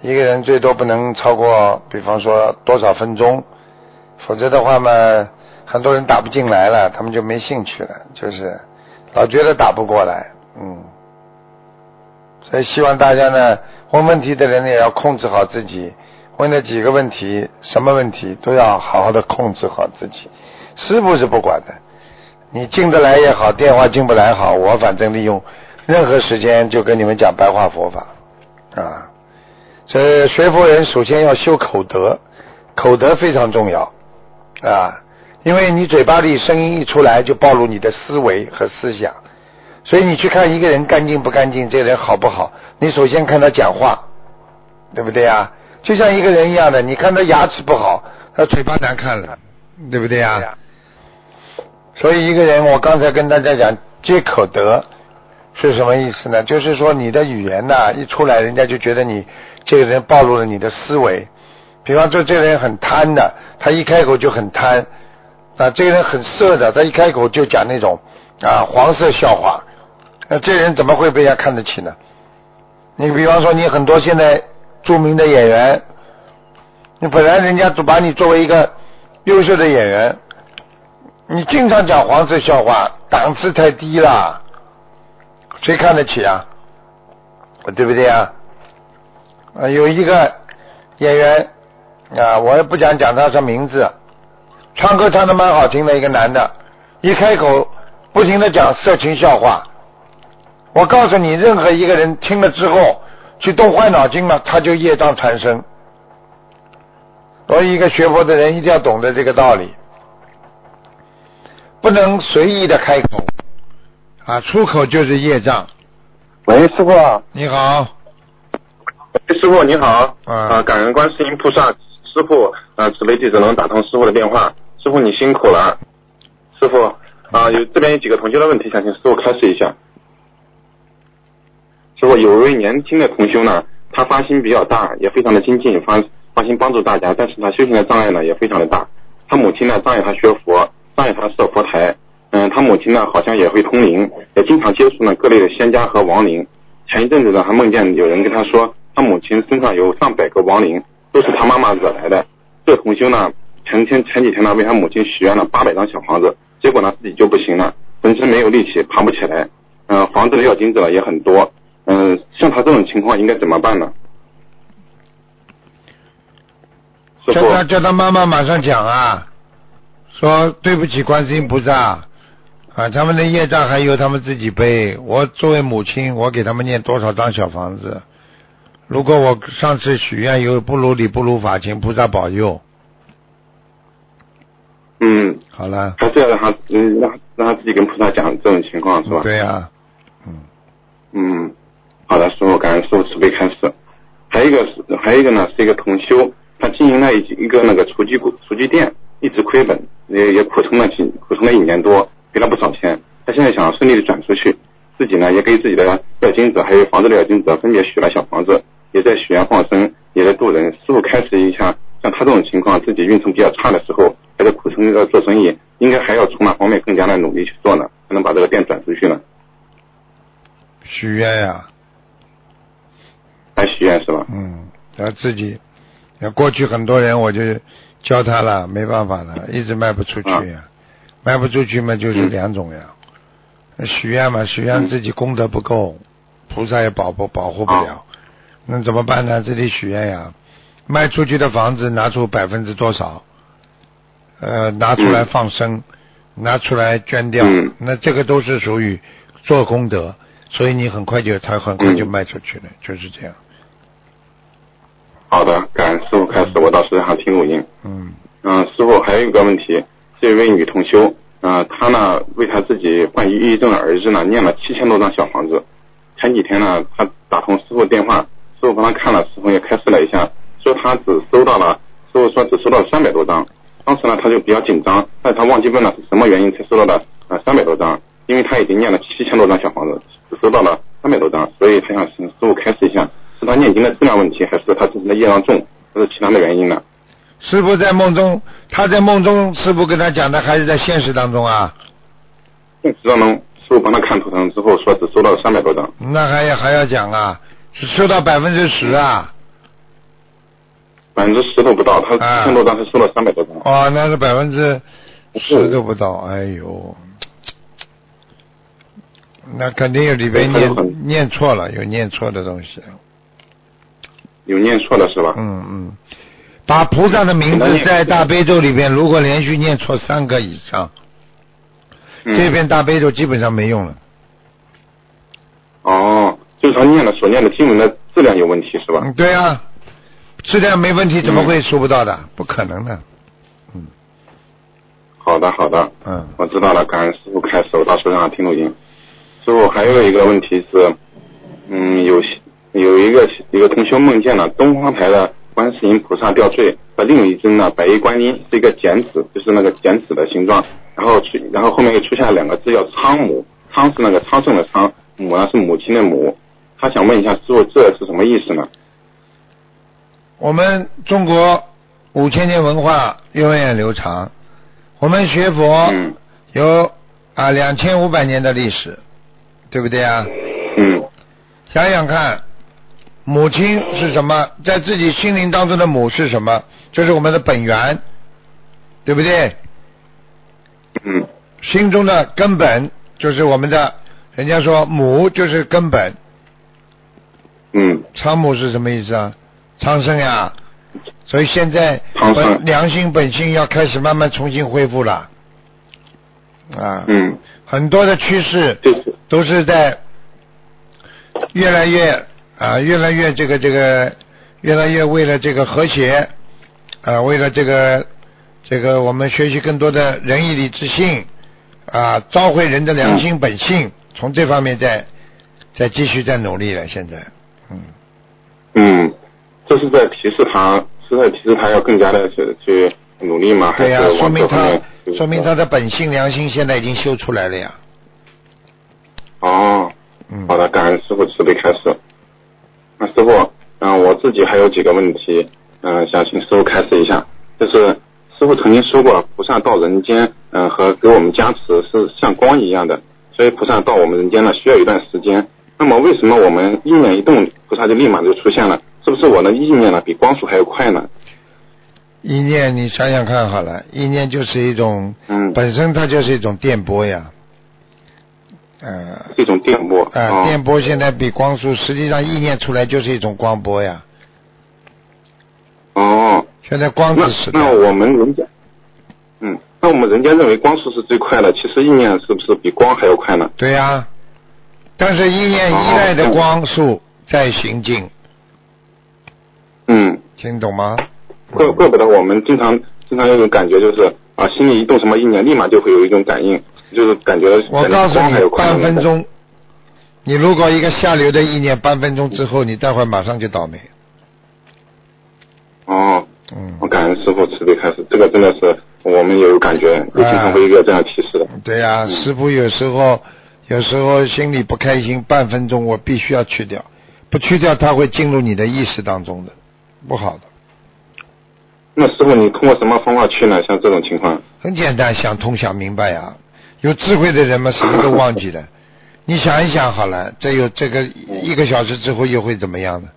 S2: 一个人最多不能超过，比方说多少分钟，否则的话嘛，很多人打不进来了，他们就没兴趣了，就是老觉得打不过来，嗯。所以希望大家呢，问问题的人也要控制好自己，问了几个问题，什么问题都要好好的控制好自己。师傅是不管的，你进得来也好，电话进不来好，我反正利用任何时间就跟你们讲白话佛法啊。这学佛人首先要修口德，口德非常重要啊，因为你嘴巴里声音一出来，就暴露你的思维和思想。所以你去看一个人干净不干净，这个人好不好，你首先看他讲话，对不对啊？就像一个人一样的，你看他牙齿不好，他嘴巴难看了，对不对啊？所以一个人，我刚才跟大家讲，借口德是什么意思呢？就是说你的语言呐、一出来，人家就觉得你这个人暴露了你的思维。比方说，这个人很贪的，他一开口就很贪；啊，这个人很色的，他一开口就讲那种啊黄色笑话。那这人怎么会被人家看得起呢？你比方说，你很多现在著名的演员，你本来人家就把你作为一个优秀的演员，你经常讲黄色笑话，档次太低了，谁看得起啊？对不对啊？啊，有一个演员啊，我也不想讲他什么名字，啊唱歌唱的蛮好听的一个男的，一开口不停的讲色情笑话。我告诉你，任何一个人听了之后去动坏脑筋了，他就业障缠身。所以，一个学佛的人一定要懂得这个道理，不能随意的开口啊，出口就是业障。
S9: 喂，师傅，
S2: 你好，
S9: 师傅你好，
S2: 嗯
S9: 啊，感恩观世音菩萨，师傅，呃，慈悲弟子能打通师傅的电话，师傅你辛苦了啊，师傅啊、有这边有几个同修的问题，想请师傅开示一下。师傅有一位年轻的同修呢，他发心比较大，也非常的精进，发发心帮助大家，但是他修行的障碍呢也非常的大。他母亲呢障碍他学佛，障碍他设佛台。嗯，他母亲呢好像也会通灵，也经常接触呢各类的仙家和亡灵。前一阵子呢，还梦见有人跟他说，他母亲身上有上百个亡灵，都是他妈妈惹来的。这个同修呢，前天前几天呢，为他母亲许愿了八百张小房子，结果呢自己就不行了，浑身没有力气，爬不起来。嗯、房子的要金者也很多。嗯、像他这种情况应该怎么办呢？师傅
S2: 叫，他叫他妈妈马上讲啊，说对不起观世音菩萨，啊，他们的业障还由他们自己背。我作为母亲，我给他们念多少张小房子？如果我上次许愿有不如理不如法，请菩萨保佑。
S9: 嗯，
S2: 好了，
S9: 还是要让他，嗯，让让他自己跟菩萨讲这种情况是吧？
S2: 对呀、
S9: 嗯，好的，师傅，感恩师傅慈悲开示。还有一个是，还有一个呢，是一个同修，他经营了一一个那个厨具厨具店，一直亏本，也也苦撑了几苦撑了一年多，赔了不少钱。他现在想顺利的转出去，自己呢也给自己的要金者还有房子的要金者分别许了小房子，也在许愿放生，也在渡人。师傅开始一下，像他这种情况，自己运程比较差的时候，还在苦撑着做生意，应该还要从哪方面更加的努力去做呢？才能把这个店转出去呢？
S2: 许愿呀、
S9: 还许愿是吧？
S2: 嗯，他自己，那过去很多人我就教他了，没办法了，一直卖不出去
S9: 嗯
S2: 呀、卖不出去嘛就是两种呀，许愿嘛，许愿
S9: 嗯
S2: 自己功德不够，菩萨也保不保护不
S9: 啊
S2: 了，那怎么办呢？自己许愿呀，卖出去的房子拿出百分之多少，呃，拿出来
S9: 嗯
S2: 放生，拿出来捐掉
S9: 嗯，
S2: 那这个都是属于做功德，所以你很快就他很快就
S9: 嗯
S2: 卖出去了，就是这样，
S9: 好的，感恩师傅开始，我到时还听录音。
S2: 嗯。
S9: 嗯、师傅还有一个问题，是一位女同修，嗯、她呢为她自己患抑郁症的儿子呢念了七千多张小房子。前几天呢，她打通师傅电话，师傅帮她看了，师傅也开示了一下，说她只收到了，师傅说只收到三百多张。当时呢，她就比较紧张，但是她忘记问了是什么原因才收到了呃三百多张，因为她已经念了七千多张小房子，只收到了三百多张，所以她想请师傅开示一下，是她念经的质量问题，还是她自己的业障重，还是其他的原因呢？
S2: 师傅在梦中，他在梦中，师傅跟他讲的，还是在现实当中啊？
S9: 现实当中，师傅帮他看图腾之后说只收到了三百多张，
S2: 那还要还要讲啊？只收到百分之十啊？
S9: 百分之十都不到，他
S2: 啊
S9: 七千多张，他收了三百多张。
S2: 哦，那是百分之十
S9: 是
S2: 都不到，哎呦，那肯定有里边
S9: 对他就
S2: 念
S9: 很
S2: 念错了，有念错的东西。
S9: 有念错了是吧？
S2: 嗯嗯，把菩萨的名字在大悲咒里边，如果连续念错三个以上，
S9: 嗯
S2: 这篇大悲咒基本上没用了。
S9: 哦，就是他念的所念的经文的质量有问题是吧？
S2: 嗯，对啊，质量没问题，怎么
S9: 嗯
S2: 会收不到的？不可能的。
S9: 好的，好的，
S2: 嗯
S9: 我知道了，感恩师傅开始，我到时候让他听录音。师傅还有一个问题是，嗯，有有一个有一个同修梦见了东方台的观世音菩萨吊坠和另一尊呢白衣观音是一个剪纸，就是那个剪纸的形状，然后出然后后面又出现了两个字叫苍母，苍是那个昌盛的昌，母呢是母亲的母。他想问一下师傅，这是什么意思呢？
S2: 我们中国五千年文化源远流长，我们学佛
S9: 嗯
S2: 有啊两千五百年的历史，对不对啊？
S9: 嗯
S2: 想想看，母亲是什么？在自己心灵当中的母是什么？就是我们的本源，对不对？
S9: 嗯
S2: 心中的根本就是我们的，人家说母就是根本，
S9: 嗯，
S2: 昌母是什么意思啊？昌盛呀、所以现在
S9: 昌盛
S2: 本良心本性要开始慢慢重新恢复了，啊，
S9: 嗯，
S2: 很多的趋势
S9: 就是
S2: 都是在越来越啊，越来越这个这个，越来越为了这个和谐啊，为了这个这个我们学习更多的仁义礼智信啊，召回人的良心本性，从这方面在在继续在努力了，现在，嗯。
S9: 嗯，这是在提示他是师傅，其实他要更加的去去努力吗？还
S2: 对
S9: 是
S2: 呀、说
S9: 往
S2: 明
S9: 这方
S2: 他
S9: 面就是
S2: 说明他的本性良心现在已经修出来了呀。
S9: 哦，
S2: 嗯，
S9: 好的，感恩师傅慈悲开始。那师傅，嗯、我自己还有几个问题，嗯、想请师傅开示一下。就是师傅曾经说过，菩萨到人间，嗯、和给我们加持是像光一样的，所以菩萨到我们人间呢，需要一段时间。那么为什么我们意念一动，菩萨就立马就出现了？是不是我的意念呢，比光速还要快呢？
S2: 意念你想想看好了，意念就是一种
S9: 嗯，
S2: 本身它就是一种电波呀，呃
S9: 这种电波
S2: 呃，
S9: 哦
S2: 电波现在比光速，实际上意念出来就是一种光波呀。
S9: 哦，
S2: 现在光
S9: 那
S2: 子时代
S9: 那，我们人家，嗯，那我们人家认为光速是最快的，其实意念是不是比光还要快呢？
S2: 对呀、但是意念依赖
S9: 哦
S2: 的光速在行进，
S9: 嗯，
S2: 听懂吗？
S9: 怪
S2: 嗯
S9: 怪不得我们经常经常有一种感觉，就是啊，心里一动什么意念，立马就会有一种感应，就是感觉
S2: 我
S9: 感
S2: 告诉
S9: 觉光还
S2: 你
S9: 要，快呢
S2: 半分。钟，你如果一个下流的意念，半分钟之后，你待会儿马上就倒霉。
S9: 哦，
S2: 嗯
S9: 我，感恩师傅慈悲开始，这个真的是我们也有感觉，也经常会有一个这样提示的。
S2: 啊对呀、
S9: 嗯
S2: 师傅有时候有时候心里不开心，半分钟我必须要去掉，不去掉它会进入你的意识当中的，不好的。
S9: 那师傅，你通过什么方法去呢？像这种情况，
S2: 很简单，想通想明白呀、有智慧的人嘛，什么都忘记了。你想一想好了，这有这个一个小时之后又会怎么样呢？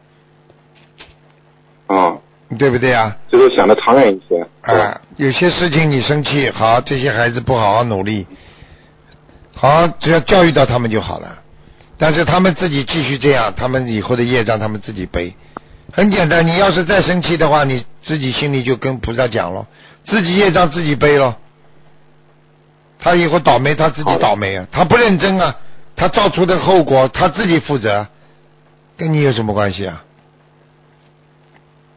S9: 哦，
S2: 对不对啊？
S9: 就是想的长远一些。
S2: 啊、
S9: 是吧
S2: 有些事情你生气，好，这些孩子不好好努力，好好只要教育到他们就好了。但是他们自己继续这样，他们以后的业障他们自己背。很简单，你要是再生气的话，你自己心里就跟菩萨讲了，自己业障自己背了。他以后倒霉，他自己
S9: 好的
S2: 倒霉啊，他不认真啊，他造出的后果他自己负责，跟你有什么关系啊？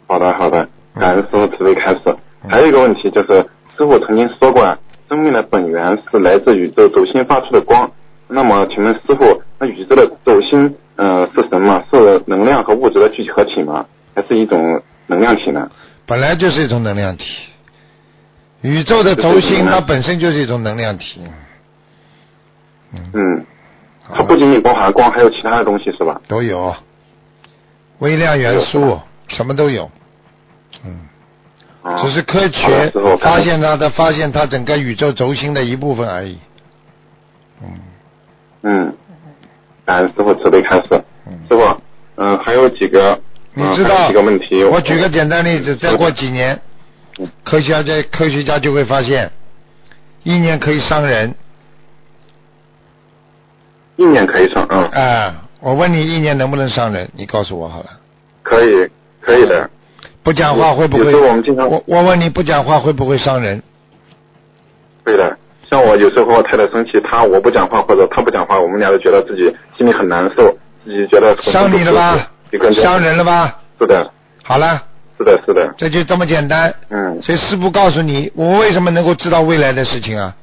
S9: 好的，好的，感恩师傅慈悲开始。
S2: 嗯
S9: 还有一个问题就是，师傅曾经说过，啊，生命的本源是来自宇宙轴心发出的光。那么，请问师傅，那宇宙的轴心，嗯、是什么？是能量和物质的聚合体吗？还是一种能量体呢？
S2: 本来就是一种能量体。宇宙的轴
S9: 就是能
S2: 心，
S9: 量
S2: 它本身就是一种能量体。嗯，
S9: 嗯，它
S2: 好
S9: 不
S2: 吧，
S9: 仅仅包含光，还有其他的东西是吧？
S2: 都有，微量元
S9: 都
S2: 素什么都有。嗯，
S9: 啊，
S2: 只是科
S9: 好的
S2: 学
S9: 师傅感
S2: 发
S9: 恩
S2: 现它的，发现它整个宇宙轴心的一部分而已。嗯
S9: 嗯，感恩师傅慈悲开始。师
S2: 嗯，
S9: 傅，嗯、还有几个，
S2: 你
S9: 嗯
S2: 知
S9: 还有
S2: 道
S9: 几个问题？？
S2: 我举个简单例子，再过几年
S9: 嗯，
S2: 科学家科学家就会发现，意念可以伤人。
S9: 意念可以上，嗯，
S2: 啊，我问你，意念能不能伤人？你告诉我好了。
S9: 可以，可以
S2: 嗯
S9: 的。
S2: 不讲话会不
S9: 有
S2: 会
S9: 时？候我们经常
S2: 我我问你，不讲话会不会伤人？
S9: 会的，像我有时候和我太太生气，她我不讲话或者她不讲话，我们俩都觉得自己心里很难受，自己觉得很
S2: 伤你了吧
S9: 不舒服？
S2: 伤。人了吧？
S9: 是的，
S2: 好了，
S9: 是的，是的，
S2: 这就这么简单。
S9: 嗯，
S2: 所以师傅告诉你，我为什么能够知道未来的事情啊？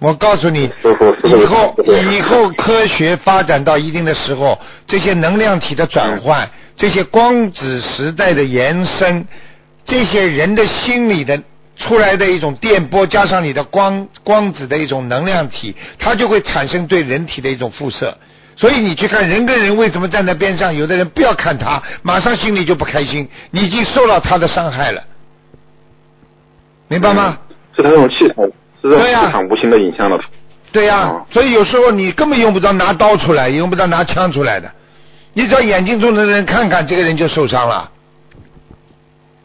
S2: 我告诉你，
S9: 师傅，师傅，
S2: 以后
S9: 师傅
S2: 以后科学发展到一定的时候，这些能量体的转换，这些光子时代的延伸，这些人的心理的出来的一种电波，加上你的光光子的一种能量体，它就会产生对人体的一种辐射。所以你去看人跟人为什么站在边上，有的人不要看他，马上心里就不开心，你已经受到他的伤害了，明白吗？
S9: 嗯是他这种气场，是这种
S2: 对呀啊
S9: 气场无形的影响了。
S2: 对呀、
S9: 哦
S2: 所以有时候你根本用不着拿刀出来，也用不着拿枪出来的，你只要眼睛中的人看看，这个人就受伤了，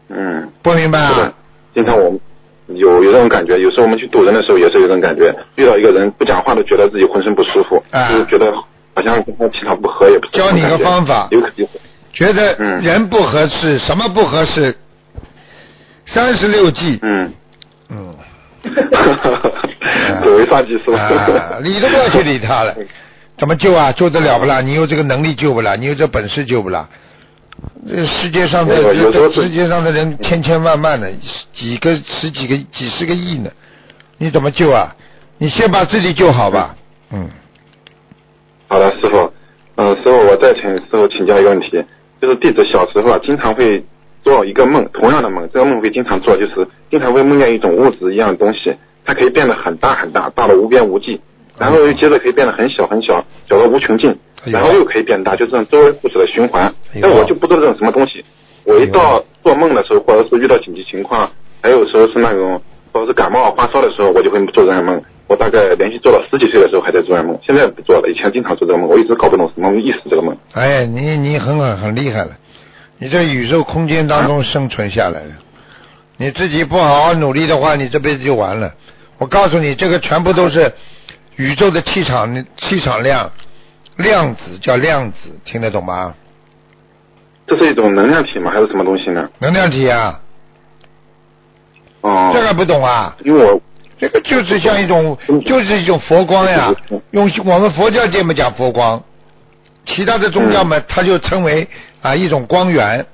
S9: 嗯，
S2: 不明白
S9: 是
S2: 啊
S9: 的？，经常我们。有有这种感觉，有时候我们去堵人的时候也是有这种感觉，遇到一个人不讲话都觉得自己浑身不舒服，
S2: 啊
S9: 就是觉得好像跟他气场不合，也不是
S2: 教你个
S9: 很感觉
S2: 方法
S9: 有可能
S2: 觉得
S9: 嗯
S2: 人不合适，什么不合适？三十六计，
S9: 嗯，
S2: 嗯，
S9: 走为上计是吧？
S2: 啊，理都不要去理他了，怎么救啊？救得了不啦？你有这个能力救不啦？你有这本事救不啦？这世界上的
S9: 没有啊有时候是
S2: 世界上的人千千万万的，几个十几个几十个亿呢，你怎么救啊？你先把自己救好吧。嗯，
S9: 好的，师傅，嗯，师傅，我再请师傅请教一个问题，就是弟子小时候啊，经常会做一个梦，同样的梦，这个梦会经常做，就是经常会梦见一种物质一样的东西，它可以变得很大很大，大到无边无际，然后又接着可以变得很小很小，小到无穷尽，
S2: 哎呦
S9: 然后又可以变大，就这种周而复始的循环。
S2: 哎呦哎
S9: 但我就不知道这种什么东西，我一到做梦的时候，或者是遇到紧急情况，还有时候是那种或者是感冒发烧的时候，我就会做这样的梦。我大概连续做到十几岁的时候还在做这样的梦，现在不做了，以前经常做这个梦，我一直搞不懂什么意思这个梦。
S2: 哎，你你很很很厉害了，你在宇宙空间当中生存下来了。你自己不好好努力的话，你这辈子就完了。我告诉你，这个全部都是宇宙的气场气场量量子叫量子，听得懂吗？
S9: 这是一种能量体吗？还是什么东西呢？
S2: 能量体啊，
S9: 哦、
S2: 这个不懂啊？
S9: 因为我
S2: 这个就是像一种，就是一种佛光呀。用我们佛教界嘛讲佛光，其他的宗教嘛，它就称为啊一种光源。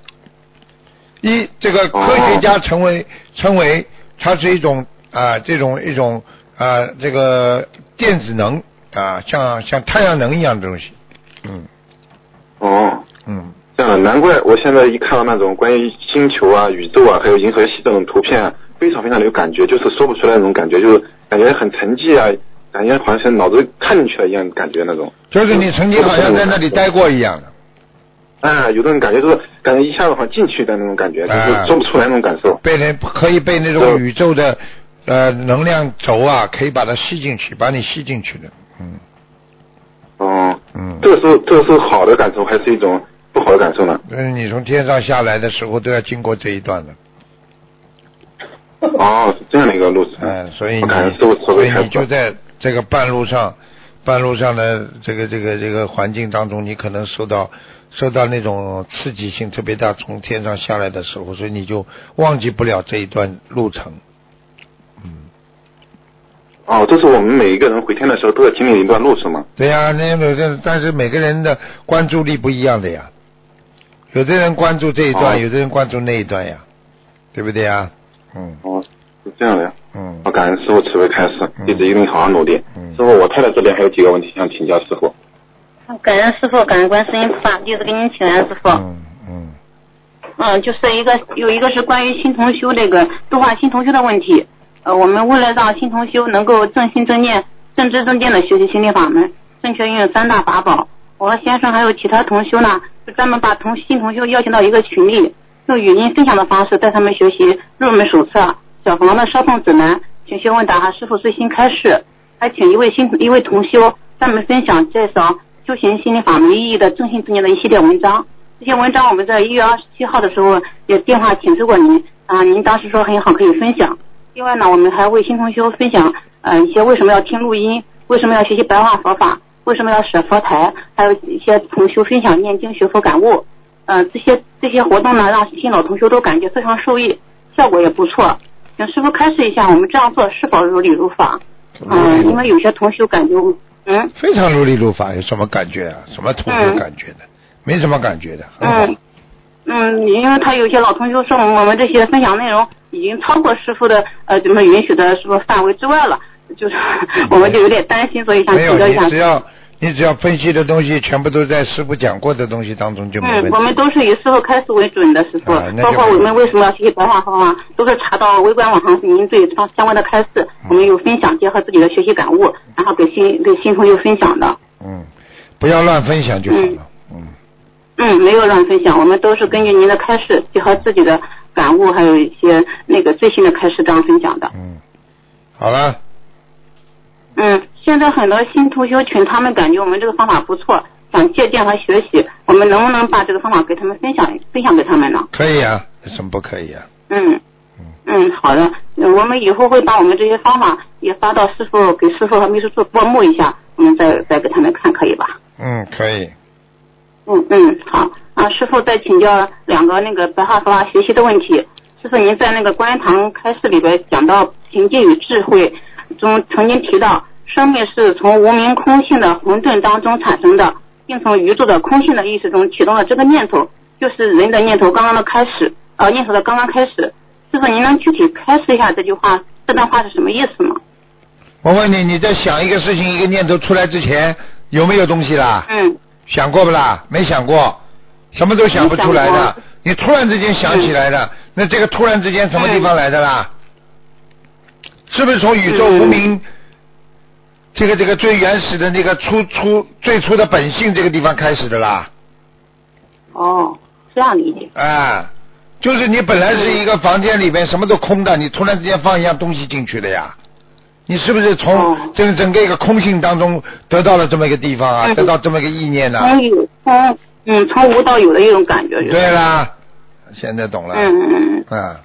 S2: 一这个科学家成为称为它是一种啊这种一种啊这个电子能啊像像太阳能一样的东西，嗯
S9: 哦，
S2: 嗯
S9: 这样的，难怪我现在一看到那种关于星球啊、宇宙啊，还有银河系这种图片、啊，非常非常的有感觉，就是说不出来那种感觉，就是感觉很沉寂啊，感觉好像是脑子看进去了一样的感觉那种。
S2: 就是你曾经好像在那里待过一样的。
S9: 啊，有那种感觉，就是感觉一下子好像进去的那种感觉，就
S2: 哎
S9: 是说不出来那种感受。
S2: 被人可以被那种宇宙的呃能量轴啊，可以把它吸进去，把你吸进去的，嗯
S9: 哦，
S2: 嗯。
S9: 这个是这个是好的感受，还是一种不好的感受呢？
S2: 嗯，你从天上下来的时候都要经过这一段的，
S9: 哦，是这样的一个路程。
S2: 嗯，所以
S9: 我
S2: 你
S9: 感觉师傅慈
S2: 所
S9: 悲
S2: 以
S9: 开
S2: 你就
S9: 示。
S2: 在这个半路上，半路上的这个这个这个环境当中，你可能受到受到那种刺激性特别大，从天上下来的时候，所以你就忘记不了这一段路程。
S9: 哦，这是我们每一个人回天的时候都要经历的一段路，是吗？
S2: 对呀、那有的但是每个人的关注力不一样的呀，有的人关注这一段，
S9: 哦
S2: 有的人关注那一段呀，对不对呀？嗯
S9: 哦，是这样的呀。
S2: 嗯
S9: 我，感恩师傅慈悲开示，弟子一定好好努力。
S2: 嗯
S9: 师傅，我太太这边还有几个问题想请教师傅。
S7: 感恩师傅，感恩观世音菩萨，弟子给您请安，师傅。
S2: 嗯嗯，
S7: 嗯，就是一个有一个是关于新同修这个度化新同修的问题。呃，我们为了让新同修能够正心正念、正知正见的学习心理法门，正确运用三大法宝，我和先生还有其他同修呢，就专门把同新同修邀请到一个群里，用语音分享的方式带他们学习入门手册《小房的烧烫指南》，请学问答哈师傅最新开示，还请一位新一位同修专门分享介绍修行心理法门意义的正心正念的一系列文章。这些文章我们在一月二十七号的时候也电话请示过您啊，您当时说很好，可以分享。另外呢，我们还为新同修分享呃一些为什么要听录音，为什么要学习白话佛法，为什么要舍佛台，还有一些同修分享念经学佛感悟。呃，这些这些活动呢，让新老同修都感觉非常受益，效果也不错。请师傅开示一下，我们这样做是否如理如法？嗯、因为有些同修感觉我们嗯。
S2: 非常如理如法，有什么感觉啊？什么突出
S7: 嗯
S2: 感觉的？没什么感觉的，很好
S7: 嗯，嗯，因为他有些老同学说我们这些分享内容已经超过师傅的呃怎么允许的师傅范围之外了， 就是我们就有点担心，所以
S2: 嗯
S7: 想
S2: 没有，
S7: 请教一
S2: 你
S7: 下
S2: 只。要你只要分析的东西全部都在师傅讲过的东西当中就没问题。
S7: 嗯，我们都是以师傅开始为准的，师傅，
S2: 啊那就
S7: 包括
S2: 好
S7: 我们为什么要学习白话方法，都是查到微观网上您对相相关的开示，
S2: 嗯
S7: 我们有分享，结合自己的学习感悟，然后给新给新同学分享的。
S2: 嗯，不要乱分享就好了。嗯，
S7: 嗯，没有乱分享，我们都是根据您的开示，结合自己的感悟，还有一些那个最新的开示这样分享的。
S2: 嗯，好了，
S7: 嗯，现在很多新同修群，他们感觉我们这个方法不错，想借鉴和学习。我们能不能把这个方法给他们分享分享给他们呢？
S2: 可以啊，有什么不可以啊？
S7: 嗯
S2: 嗯，
S7: 嗯，好的。嗯我们以后会把我们这些方法也发到师傅给师傅和秘书处过目一下，我们再再给他们看，可以吧？
S2: 嗯，可以。
S7: 嗯嗯，好啊，师傅再请教两个那个白话佛法学习的问题。师傅，您在那个观音堂开示里边讲到平静与智慧中，曾经提到生命是从无名空性的混沌当中产生的，并从宇宙的空性的意识中启动了这个念头，就是人的念头刚刚的开始，呃，念头的刚刚开始。师傅，您能具体开示一下这句话这段话是什么意思吗？
S2: 我问你，你在想一个事情、一个念头出来之前，有没有东西啦？
S7: 嗯，
S2: 想过不啦？没想过，什么都想不出来
S7: 没想
S2: 的
S7: 过。
S2: 你突然之间想起来的，那这个突然之间什么地方来的啦？是不是从宇宙无名、
S7: 嗯
S2: 这个这个最原始的那个初初最初的本性这个地方开始的啦？
S7: 哦，这样理解。
S2: 啊，就是你本来是一个房间里面什么都空的，你突然之间放一样东西进去了呀？你是不是从
S7: 哦
S2: 整整个一个空性当中得到了这么一个地方啊？
S7: 嗯
S2: 得到这么一个意念呢、
S7: 从有从嗯从无到有的一种感觉。就是
S2: 对。啦，现在懂了。
S7: 嗯嗯嗯。
S2: 啊，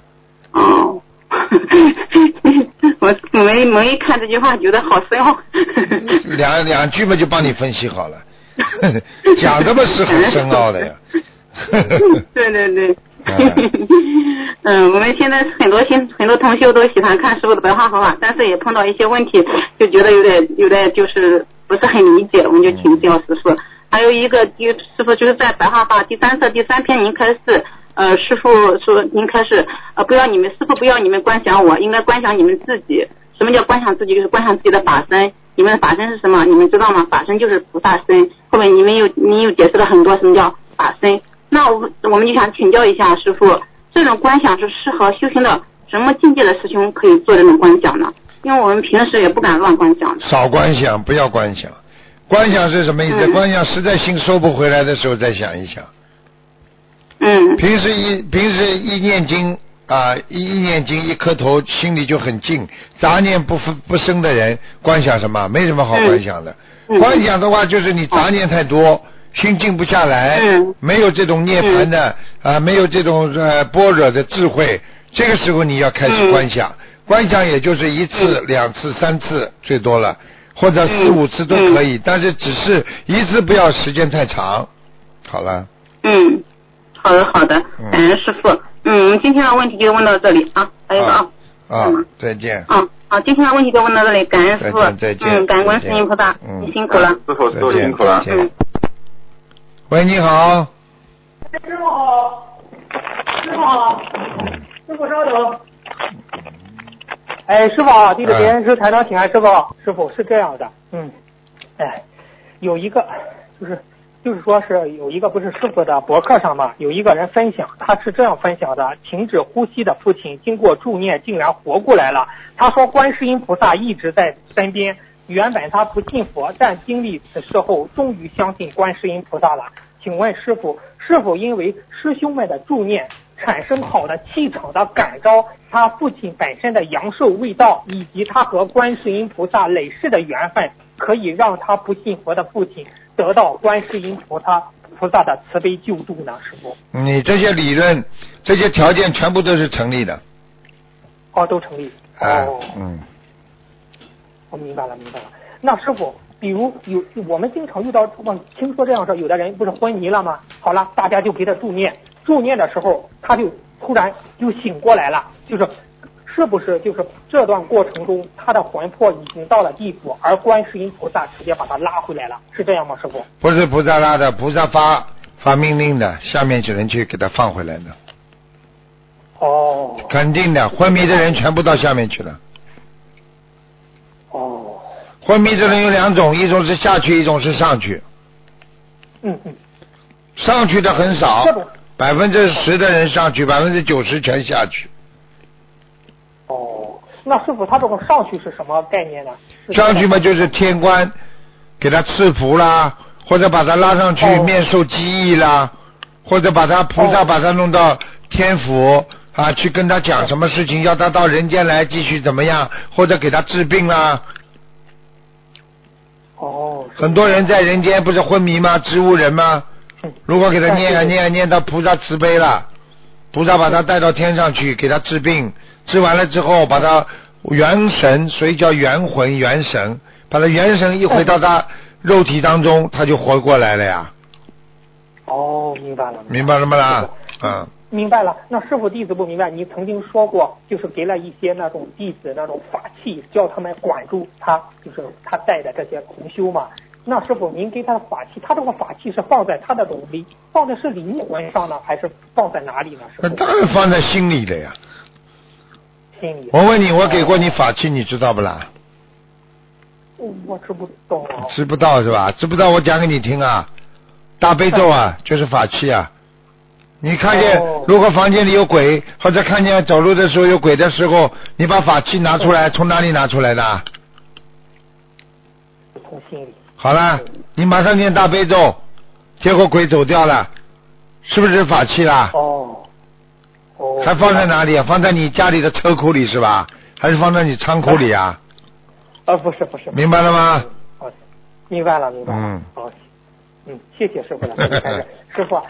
S7: 哦。 我我没没一看这句话，觉得好深奥。
S2: 两两句嘛就帮你分析好了， 讲这么是很深奥的呀。
S7: 对对对
S2: 嗯。
S7: 嗯，我们现在很多新很多同修都喜欢看师傅的白话佛法，但是也碰到一些问题，就觉得有点有点就是不是很理解，我们就
S2: 嗯
S7: 请教师傅。还有一个，第一师傅就是在白话法第三册第三篇您开示，呃，师傅说您开示，呃，不要你们师傅不要你们观想我，应该观想你们自己。什么叫观想自己？就是观想自己的法身。你们的法身是什么？你们知道吗？法身就是菩萨身。后面你们又您又解释了很多什么叫法身。那我们我们就想请教一下师傅，这种观想是适合修行的什么境界的师兄可以做这种观想呢？因为我们平时也不敢乱观想的。
S2: 少观想，不要观想。观想是什么意思？
S7: 嗯
S2: 观想实在心收不回来的时候再想一想。
S7: 嗯
S2: 平时一平时一念经啊，一一念经一磕头，心里就很静，杂念不分不生的人，观想什么？没什么好观想的。
S7: 嗯
S2: 观想的话，就是你杂念太多，心静不下来，
S7: 嗯
S2: 没有这种涅槃的啊、没有这种呃般若的智慧，这个时候你要开始
S7: 嗯
S2: 观想，观想也就是一次、两次、三次最多了，或者四
S7: 嗯
S2: 五次都可以，但是只是一次不要时间太长。好了，
S7: 嗯，好的好的
S2: 嗯，
S7: 感恩师傅。嗯，我们今天的问题就问到这里啊，还有一个啊
S2: 啊，啊
S7: 嗯，
S2: 再见。
S7: 啊，好，今天的问题就问到这里，感恩师傅
S2: 再见再，见
S7: 嗯，感恩观
S2: 再
S7: 世
S2: 见
S7: 音菩萨，
S2: 嗯
S7: 你辛苦了，
S9: 哎师傅，师傅
S2: 再见
S9: 辛苦了
S2: 再。见
S7: 嗯。
S2: 喂，你好，
S4: 哎
S10: 师傅好，师傅好，师傅稍等。
S4: 哎，师傅好，弟子别人是台长，请安，师傅好。师傅是这样的，嗯，哎，有一个就是就是说是有一个不是师傅的博客上嘛，有一个人分享，他是这样分享的：停止呼吸的父亲经过助念竟然活过来了。他说观世音菩萨一直在身边。原本他不信佛，但经历此事后，终于相信观世音菩萨了。请问师傅，是否因为师兄们的助念产生好的气场的感召，他父亲本身的阳寿未到，以及他和观世音菩萨累世的缘分，可以让他不信佛的父亲得到观世音菩萨菩萨的慈悲救助呢？师傅，
S2: 你这些理论、这些条件全部都是成立的
S4: 哦，都成立。
S2: 啊
S4: 哦，，
S2: 嗯，
S4: 我哦明白了，明白了。那师傅，比如有我们经常遇到，我听说这样事儿，有的人不是昏迷了吗？好了，大家就给他助念，助念的时候他就突然就醒过来了，就是是不是就是这段过程中他的魂魄已经到了地府，而观世音菩萨直接把他拉回来了，是这样吗，师傅？
S2: 不是菩萨拉的，菩萨发发命令的，下面就能去给他放回来的，
S4: 哦
S2: 肯定的，昏迷的人全部到下面去了。
S4: 哦，
S2: 昏迷的人有两种，一种是下去，一种是上去。
S4: 嗯嗯，
S2: 上去的很少
S4: 这种，
S2: 百分之十的人上去，百分之九十全下去。
S4: 哦，那师傅他这个上去是什么概念呢？是
S2: 上去嘛，就是天官给他赐福啦，或者把他拉上去
S4: 哦
S2: 面授机宜啦，或者把他菩萨
S4: 哦
S2: 把他弄到天府啊，去跟他讲什么事情，要他到人间来继续怎么样，或者给他治病啦。
S4: 哦，是
S2: 很多人在人间不是昏迷吗？植物人吗？
S4: 嗯
S2: 如果给他念啊
S4: 对对对
S2: 念啊念到菩萨慈悲了，菩萨把他带到天上去，给他治病，治完了之后，把他元神，所以叫元魂元神，把他元神一回到他肉体当中，他就活过来了呀，
S4: 哦，明白了，
S2: 明白了吗啦？
S4: 嗯
S2: 啊，
S4: 明白了。那师傅弟子不明白，你曾经说过，就是给了一些那种弟子那种法器，叫他们管住他，就是他带的这些同修嘛。那师傅，您给他的法器，他这个法器是放在他的种灵，放的是灵魂上呢，还是放在哪里呢？师
S2: 那
S4: 傅，
S2: 当然放在心里的呀。
S4: 心里。
S2: 我问你，我给过你法器，你知道不啦？
S4: 我哦我知不懂啊。
S2: 知不道是吧？知不道我讲给你听啊，大悲咒啊，就是法器啊，你看见
S4: 嗯哦
S2: 如果房间里有鬼，或者看见走路的时候有鬼的时候，你把法器拿出
S4: 嗯
S2: 来，从哪里拿出来的？
S4: 从心里。
S2: 好了，你马上念大悲咒，结果鬼走掉了，是不是法器啦？
S4: 哦，哦，
S2: 还放在哪里啊？放在你家里的车库里是吧？还是放在你仓库里啊？
S4: 啊，不是不是，
S2: 明白了吗？
S4: 好的，明白了，明白了。
S2: 嗯
S4: 好，嗯，谢谢师傅了，谢谢开始。师傅啊，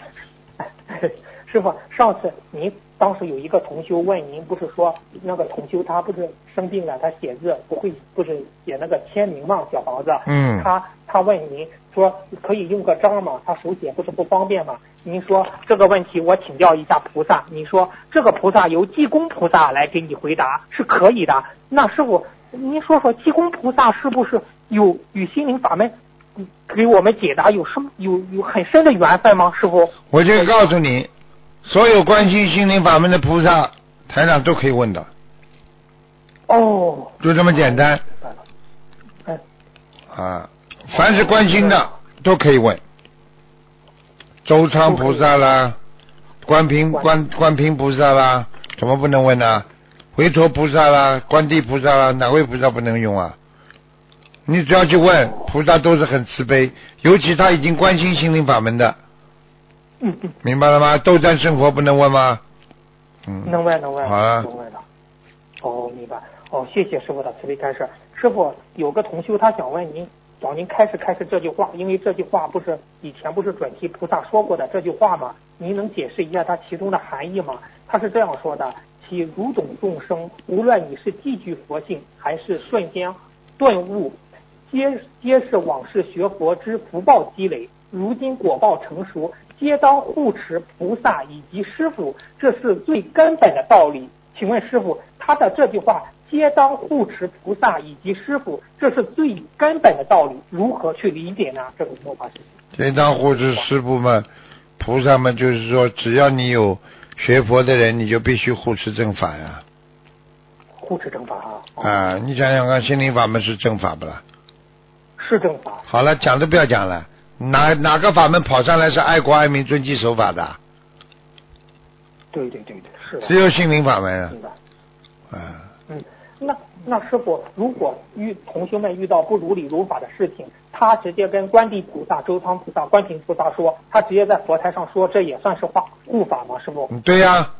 S4: 师傅啊，上次您当时有一个同修问您，不是说那个同修他不是生病了，他写字不会，不是写那个签名嘛，小房子。啊
S2: 嗯
S4: 他他问您说可以用个章吗？他手写不是不方便吗？您说这个问题我请教一下菩萨。你说这个菩萨由济公菩萨来给你回答是可以的。那师傅，您说说济公菩萨是不是有与心灵法门嗯给我们解答有什么有有很深的缘分吗？师傅？
S2: 我就告诉你，所有关心心灵法门的菩萨台长都可以问的，
S4: 哦，
S2: 就这么简单
S4: 明白了。哎，
S2: 啊。凡是关心的都可以问，周仓菩萨啦，观平观观平菩萨啦，怎么不能问呢、啊回陀菩萨啦，观地菩萨啦，哪位菩萨不能用啊？你只要去问，菩萨都是很慈悲，尤其他已经关心心灵法门的，
S4: 嗯嗯，
S2: 明白了吗？斗战胜佛不能问吗？嗯，
S4: 能问能问，
S2: 好了
S4: 能问的。哦，明白。哦，谢谢师傅的慈悲开示。师傅有个同修他想问您，找您开始开始这句话，因为这句话不是以前不是准提菩萨说过的这句话吗？您能解释一下它其中的含义吗？他是这样说的：其如懂众生，无论你是寄居佛性，还是瞬间顿悟，皆皆是往事学佛之福报积累，如今果报成熟，皆当护持菩萨以及师傅，这是最根本的道理。请问师傅，他的这句话“皆当护持菩萨以及师傅”，这是最根本的道理，如何去理解呢？这个说法是
S2: 天上护持师傅们、菩萨们，就是说，只要你有学佛的人，你就必须护持正法呀、
S4: 护持正法啊，
S2: 啊！
S4: 哦
S2: 你想想看，心灵法门是正法不啦？
S4: 是正法。
S2: 好了，讲都不要讲了，哪哪个法门跑上来是爱国爱民、遵纪守法的？
S4: 对对对对，是
S2: 只
S4: 的，
S2: 有心灵法门啊
S4: 明！白。
S2: 啊，
S4: 嗯，那那师傅，如果遇同学们遇到不如理如法的事情，他直接跟观地菩萨、周仓菩萨、观平菩萨说，他直接在佛台上说，这也算是化护法吗？师傅，
S2: 嗯对呀、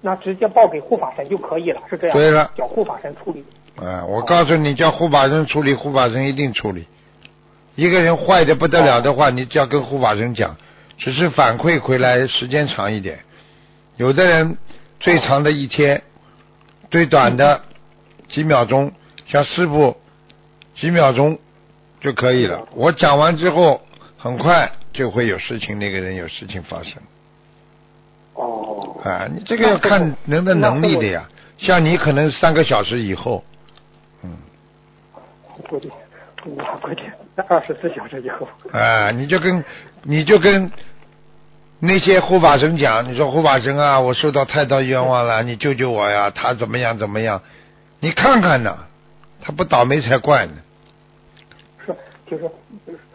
S4: 那直接报给护法神就可以了，是这样？
S2: 对了
S4: 叫护法神处理。
S2: 啊，我告诉你，叫护法神处理，护法神一定处理。一个人坏的不得了的话，你只要跟护法神讲，只是反馈回来时间长一点。有的人最长的一天，最短的几秒钟，像师傅几秒钟就可以了。我讲完之后，很快就会有事情，那个人有事情发生。
S4: 哦，
S2: 啊，你这个要看人的能力的呀。像你可能三个小时以后，
S4: 估计我估计在二十四小时以后。
S2: 啊，你就跟你就跟那些护法神讲，你说护法神啊，我受到太大冤枉了，你救救我呀！他怎么样怎么样？你看看呐，他不倒霉才怪呢。
S4: 是，就是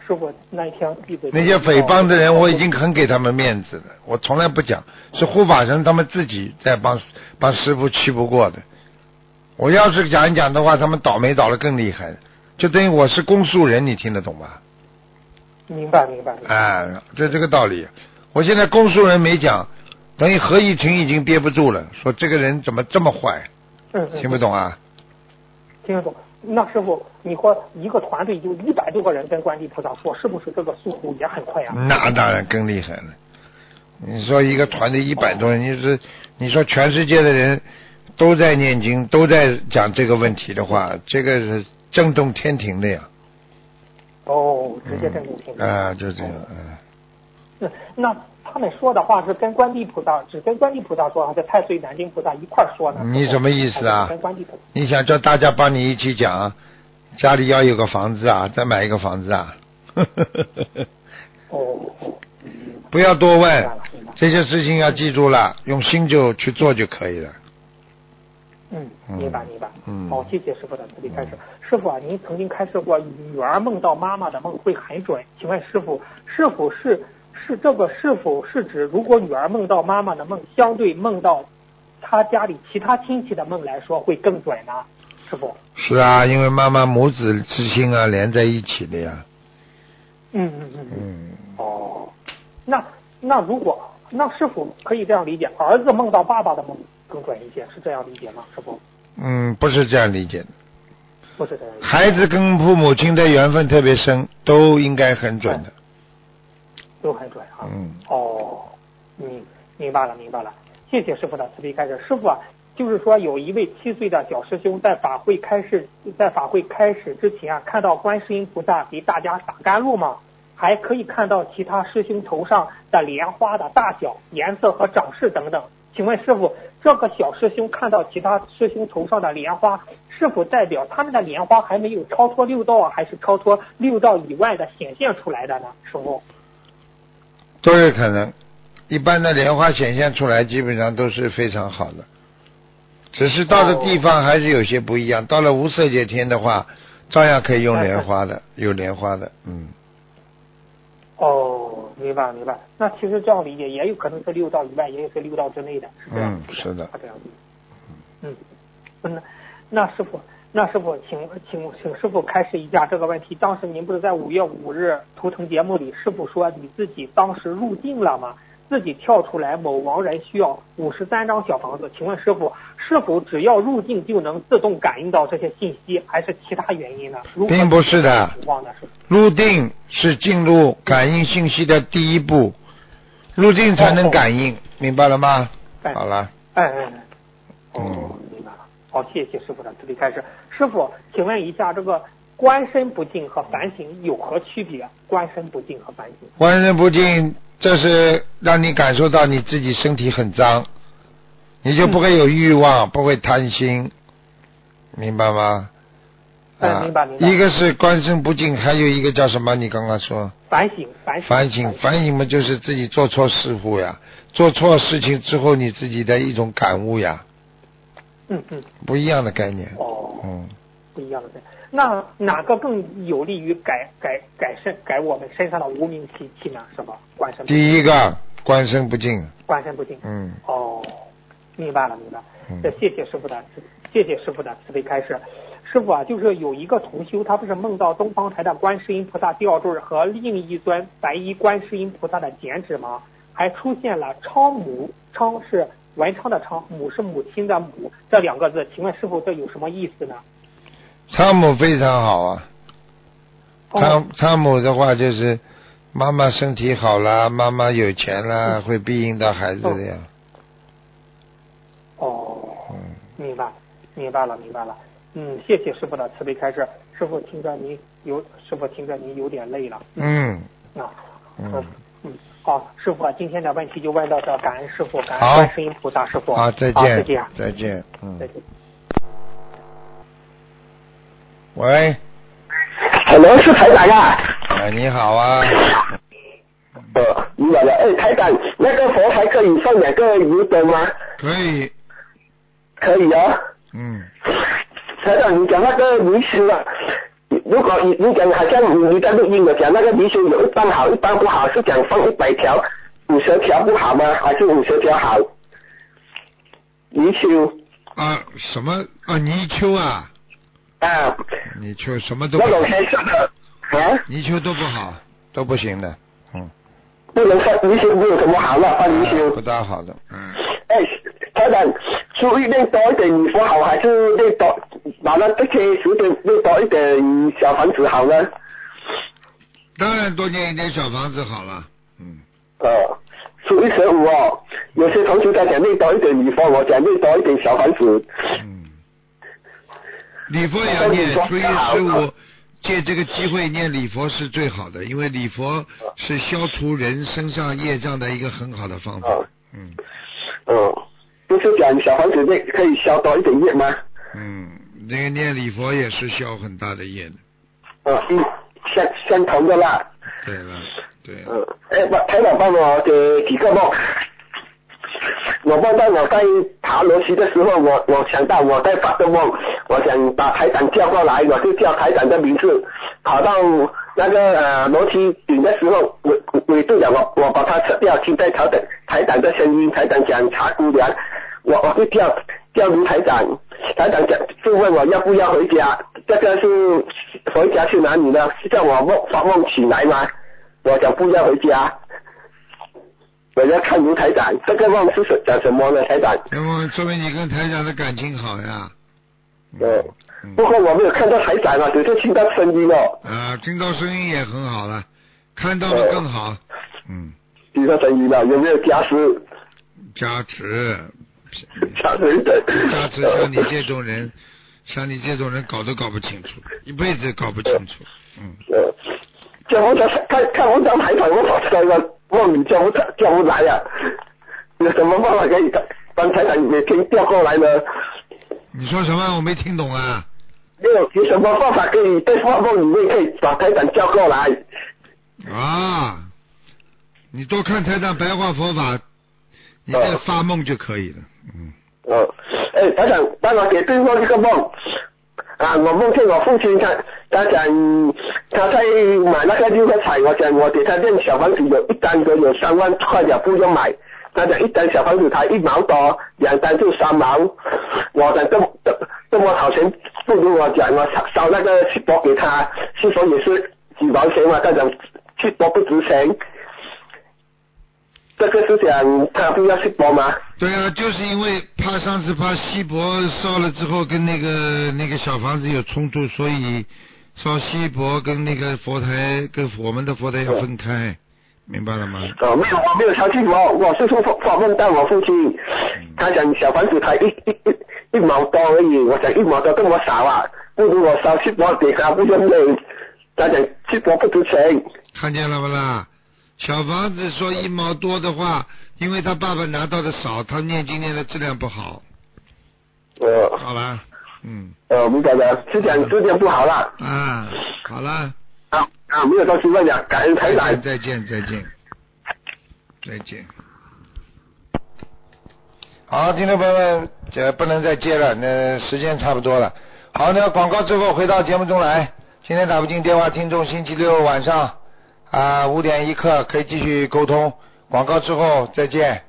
S4: 师傅那一天闭嘴。
S2: 那些诽谤的
S4: 哦
S2: 人，我已经很给他们面子了，我从来不讲，是护法神他们自己在帮帮师傅气不过的。我要是讲一讲的话，他们倒霉倒的更厉害，就等于我是公诉人，你听得懂吧？
S4: 明白明白。明白
S2: 啊，就这个道理。我现在公诉人没讲，等于何以群已经憋不住了，说这个人怎么这么坏，
S4: 嗯嗯。
S2: 听不懂啊？
S4: 听得懂。那师傅，你说一个团队就一百多个人跟观地菩萨说，是不是这个速度也很快啊？
S2: 那当然更厉害了。你说一个团队一百多人，你是你说全世界的人都在念经，都在讲这个问题的话，这个是震动天庭的呀。
S4: 哦，直接震动天地。
S2: 啊，就这样。嗯
S4: 嗯，那他们说的话是跟观地菩萨，只跟观地菩萨说，还是太岁南京菩萨一块儿说呢？
S2: 你什么意思啊
S4: 还是跟观地菩萨。
S2: 你想叫大家帮你一起讲，家里要有个房子啊，再买一个房子啊。
S4: 哦，
S2: 不要多问
S4: 明白了明白，
S2: 这些事情要记住了，用心就去做就可以了。
S4: 嗯，
S2: 嗯
S4: 明白明白。
S2: 嗯
S4: 好，谢谢师傅的慈悲开示。师傅啊，您曾经开示过女儿梦到妈妈的梦会很准，请问师傅，是否是是这个是否是指，如果女儿梦到妈妈的梦，相对梦到她家里其他亲戚的梦来说会更准呢？师傅，
S2: 是啊，因为妈妈母子之心啊连在一起的呀。
S4: 嗯嗯嗯，
S2: 嗯，
S4: 哦，那那如果那是否可以这样理解，儿子梦到爸爸的梦更准一些，是这样理解吗？师傅，
S2: 嗯，不是这样理解的。
S4: 不是这样理解。
S2: 孩子跟父母亲的缘分特别深，都应该很准的。
S4: 都很准啊。
S2: 嗯
S4: 哦，明明白了，明白了，谢谢师傅的慈悲开示。师傅啊，就是说有一位七岁的小师兄在法会开始，在法会开始之前啊，看到观世音菩萨给大家洒甘露嘛，还可以看到其他师兄头上的莲花的大小、颜色和长势等等。请问师傅，这个小师兄看到其他师兄头上的莲花，是否代表他们的莲花还没有超脱六道啊，还是超脱六道以外的显现出来的呢？师傅，
S2: 都有可能。一般的莲花显现出来，基本上都是非常好的，只是到的地方还是有些不一样。到了无色界天的话，照样可以用莲花的，有莲花的，嗯，
S4: 哦，明白明白。那其实这样理解，也有可能是六道以外，也有是六道之内的，是这样
S2: 嗯是的
S4: 是这样子。嗯，那那师傅，那师傅，请请请师傅开始一下这个问题。当时您不是在五月五日图腾节目里，师傅说你自己当时入境了吗？自己跳出来某亡人需要五十三张小房子，请问师傅，是否只要入境就能自动感应到这些信息，还是其他原因呢？如何
S2: 并不是的
S4: 情况呢？是
S2: 入定是进入感应信息的第一步，入定才能感应，明白了吗？
S4: 哦哎
S2: 好了，
S4: 哎哎哎。
S2: 嗯
S4: 哦，明白了。好，谢谢师傅的慈悲开示。师傅，请问一下，这个观身不净和反省有何区别？观身不净和反省。
S2: 万人不净，这是让你感受到你自己身体很脏，你就不会有欲望，不会贪心，明白吗？
S4: 嗯
S2: 啊
S4: 明白明白
S2: 一个是观身不净，还有一个叫什么？你刚刚说
S4: 反省，哎反省，
S2: 反省，反省嘛，就是自己做错事故呀，做错事情之后你自己的一种感悟呀，
S4: 嗯嗯，
S2: 不一样的概念。
S4: 哦，
S2: 嗯，
S4: 不一样的对。那哪个更有利于改改改身改我们身上的无名习气呢？是吧？观身不
S2: 第一个观身不净，
S4: 观身不净。
S2: 嗯，
S4: 哦，明白了，明白了
S2: 嗯。
S4: 这谢谢师傅的，谢谢师傅的慈悲开示。师傅啊，就是有一个同修，他不是梦到东方台的观世音菩萨吊坠和另一尊白衣观世音菩萨的剪纸吗？还出现了昌母，昌是文昌的昌，母是母亲的母，这两个字，请问师傅这有什么意思呢？
S2: 汤姆非常好啊。
S4: 哦
S2: 汤汤姆的话就是，妈妈身体好啦，妈妈有钱啦，会庇应到孩子的呀。
S4: 哦，
S2: 嗯，
S4: 明白，明白了，明白了。嗯，谢谢师傅的慈悲开示。师傅听着您有，师傅听着您有点累了。
S2: 嗯，
S4: 啊，
S2: 嗯
S4: 嗯嗯，好，师傅啊，今天的问题就问到这儿，感恩师傅，感
S2: 好
S4: 恩观世音菩萨，师傅，啊
S2: 好，再
S4: 好再
S2: 见
S4: 见，，
S2: 再见，嗯
S4: 再，见。
S2: 喂，
S5: ，Hello，是台长啊。
S2: 哎，你好啊，
S5: 呃，你好了，哎，台长，那个佛还可以放两个油灯吗？
S2: 可以，
S5: 可以哦。
S2: 嗯，
S5: 台长，你讲那个泥鳅啊，如果你你讲好像你你在录音的讲那个泥鳅有一半好一半不好，是讲放一百条，五十条不好吗？还是五十条好？泥鳅
S2: 啊，什么啊，泥鳅啊，
S5: 啊，
S2: 泥鳅什么都不
S5: 那
S2: 好，
S5: 种黑色的啊，
S2: 泥鳅都不好，都不行的，嗯，
S5: 不能放泥鳅没有什么好了，放泥鳅
S2: 不。大好的，嗯，
S5: 哎，台长，注意练多一点衣服好，还是练多把那这些书点练多一点小房子好呢？
S2: 当然多建一点小房子好了，嗯，
S5: 呃，初一十五哦，有些同学他讲练多一点礼佛，我讲练多一点小房子。
S2: 嗯，礼佛也要念，初一十五借这个机会念礼佛是最好的，因为礼佛是消除人身上业障的一个很好的方法。
S5: 啊
S2: 嗯
S5: 嗯、哦不是讲小房子练可以消多一点业吗？
S2: 嗯，那个念礼佛也是消很大的业的。
S5: 呃，一相相同的啦。
S2: 对了，对了，
S5: 嗯，哎，我台长帮我给几个梦。我梦到我在爬楼梯的时候，我呃我想到我在发个梦，我想把台长叫过来，我就叫台长的名字，跑到那个呃楼梯顶的时候，我我队长我我把它扯掉，听在调整台长的声音，台长讲茶姑娘，我我会叫叫卢台长，台长讲就问我要不要回家，这个是回家去哪里呢？是叫我梦发梦起来吗？我讲不要回家，我要看卢台长，这个梦是什讲什么呢？台长，
S2: 那么说明你跟台长的感情好呀，嗯
S5: 呃，不过我没有看到台长啊，只是听到声音哦，
S2: 啊，听到声音也很好了，看到了更好，嗯，
S5: 听到声音了，有没有加持？
S2: 加持，
S5: 加持的，
S2: 加持像你这种人，像你这种人搞都搞不清楚，一辈子搞不清楚，嗯，
S5: 呃，叫我看看看我张台长，我跑出来了，梦里叫我叫我来呀、有什么办法可以帮台长也可以调过来呢？
S2: 你说什么？我没听懂啊，
S5: 没有有什么办法可以在画梦里面可以把台长叫过来？
S2: 啊，你多看台长白话佛法，你再发梦就可以了，嗯，
S5: 哦，哎，台长，帮我给对方一个梦。啊，我梦见我父亲他他讲他在买那个六合彩，我讲我给他练小房子有一单子有三万块的不用买，他讲一单小房子才一毛多，两单就三毛，我讲这么这这么好钱，不如我讲我烧烧那个锡箔给他，锡箔也是几毛钱嘛，他讲锡箔不值钱，这个是讲他不要锡箔吗？
S2: 对啊，就是因为怕上次怕锡箔烧了之后跟那个那个小房子有冲突，所以烧锡箔跟那个佛台跟我们的佛台要分开，明白了吗？
S5: 哦，没有，我没有相信我，我是说访问到我父
S2: 嗯
S5: 亲，他讲小房子才一一一一毛多而已，我讲一毛多这么少啊，不如我烧锡箔给他不用累，他讲锡箔不值钱，
S2: 看见了不啦？小房子说一毛多的话，因为他爸爸拿到的少，他念经念的质量不好，
S5: 呃
S2: 好啦，嗯
S5: 呃，明白了，是讲质量不好啦，
S2: 啊，好啦，
S5: 啊啊，没有东西问了，感恩台长。
S2: 再见再见再见。好，听众朋友们，这不能再接了，那时间差不多了。好，那广告之后回到节目中来。今天打不进电话，听众星期六晚上啊五、点一刻可以继续沟通。广告之后再见。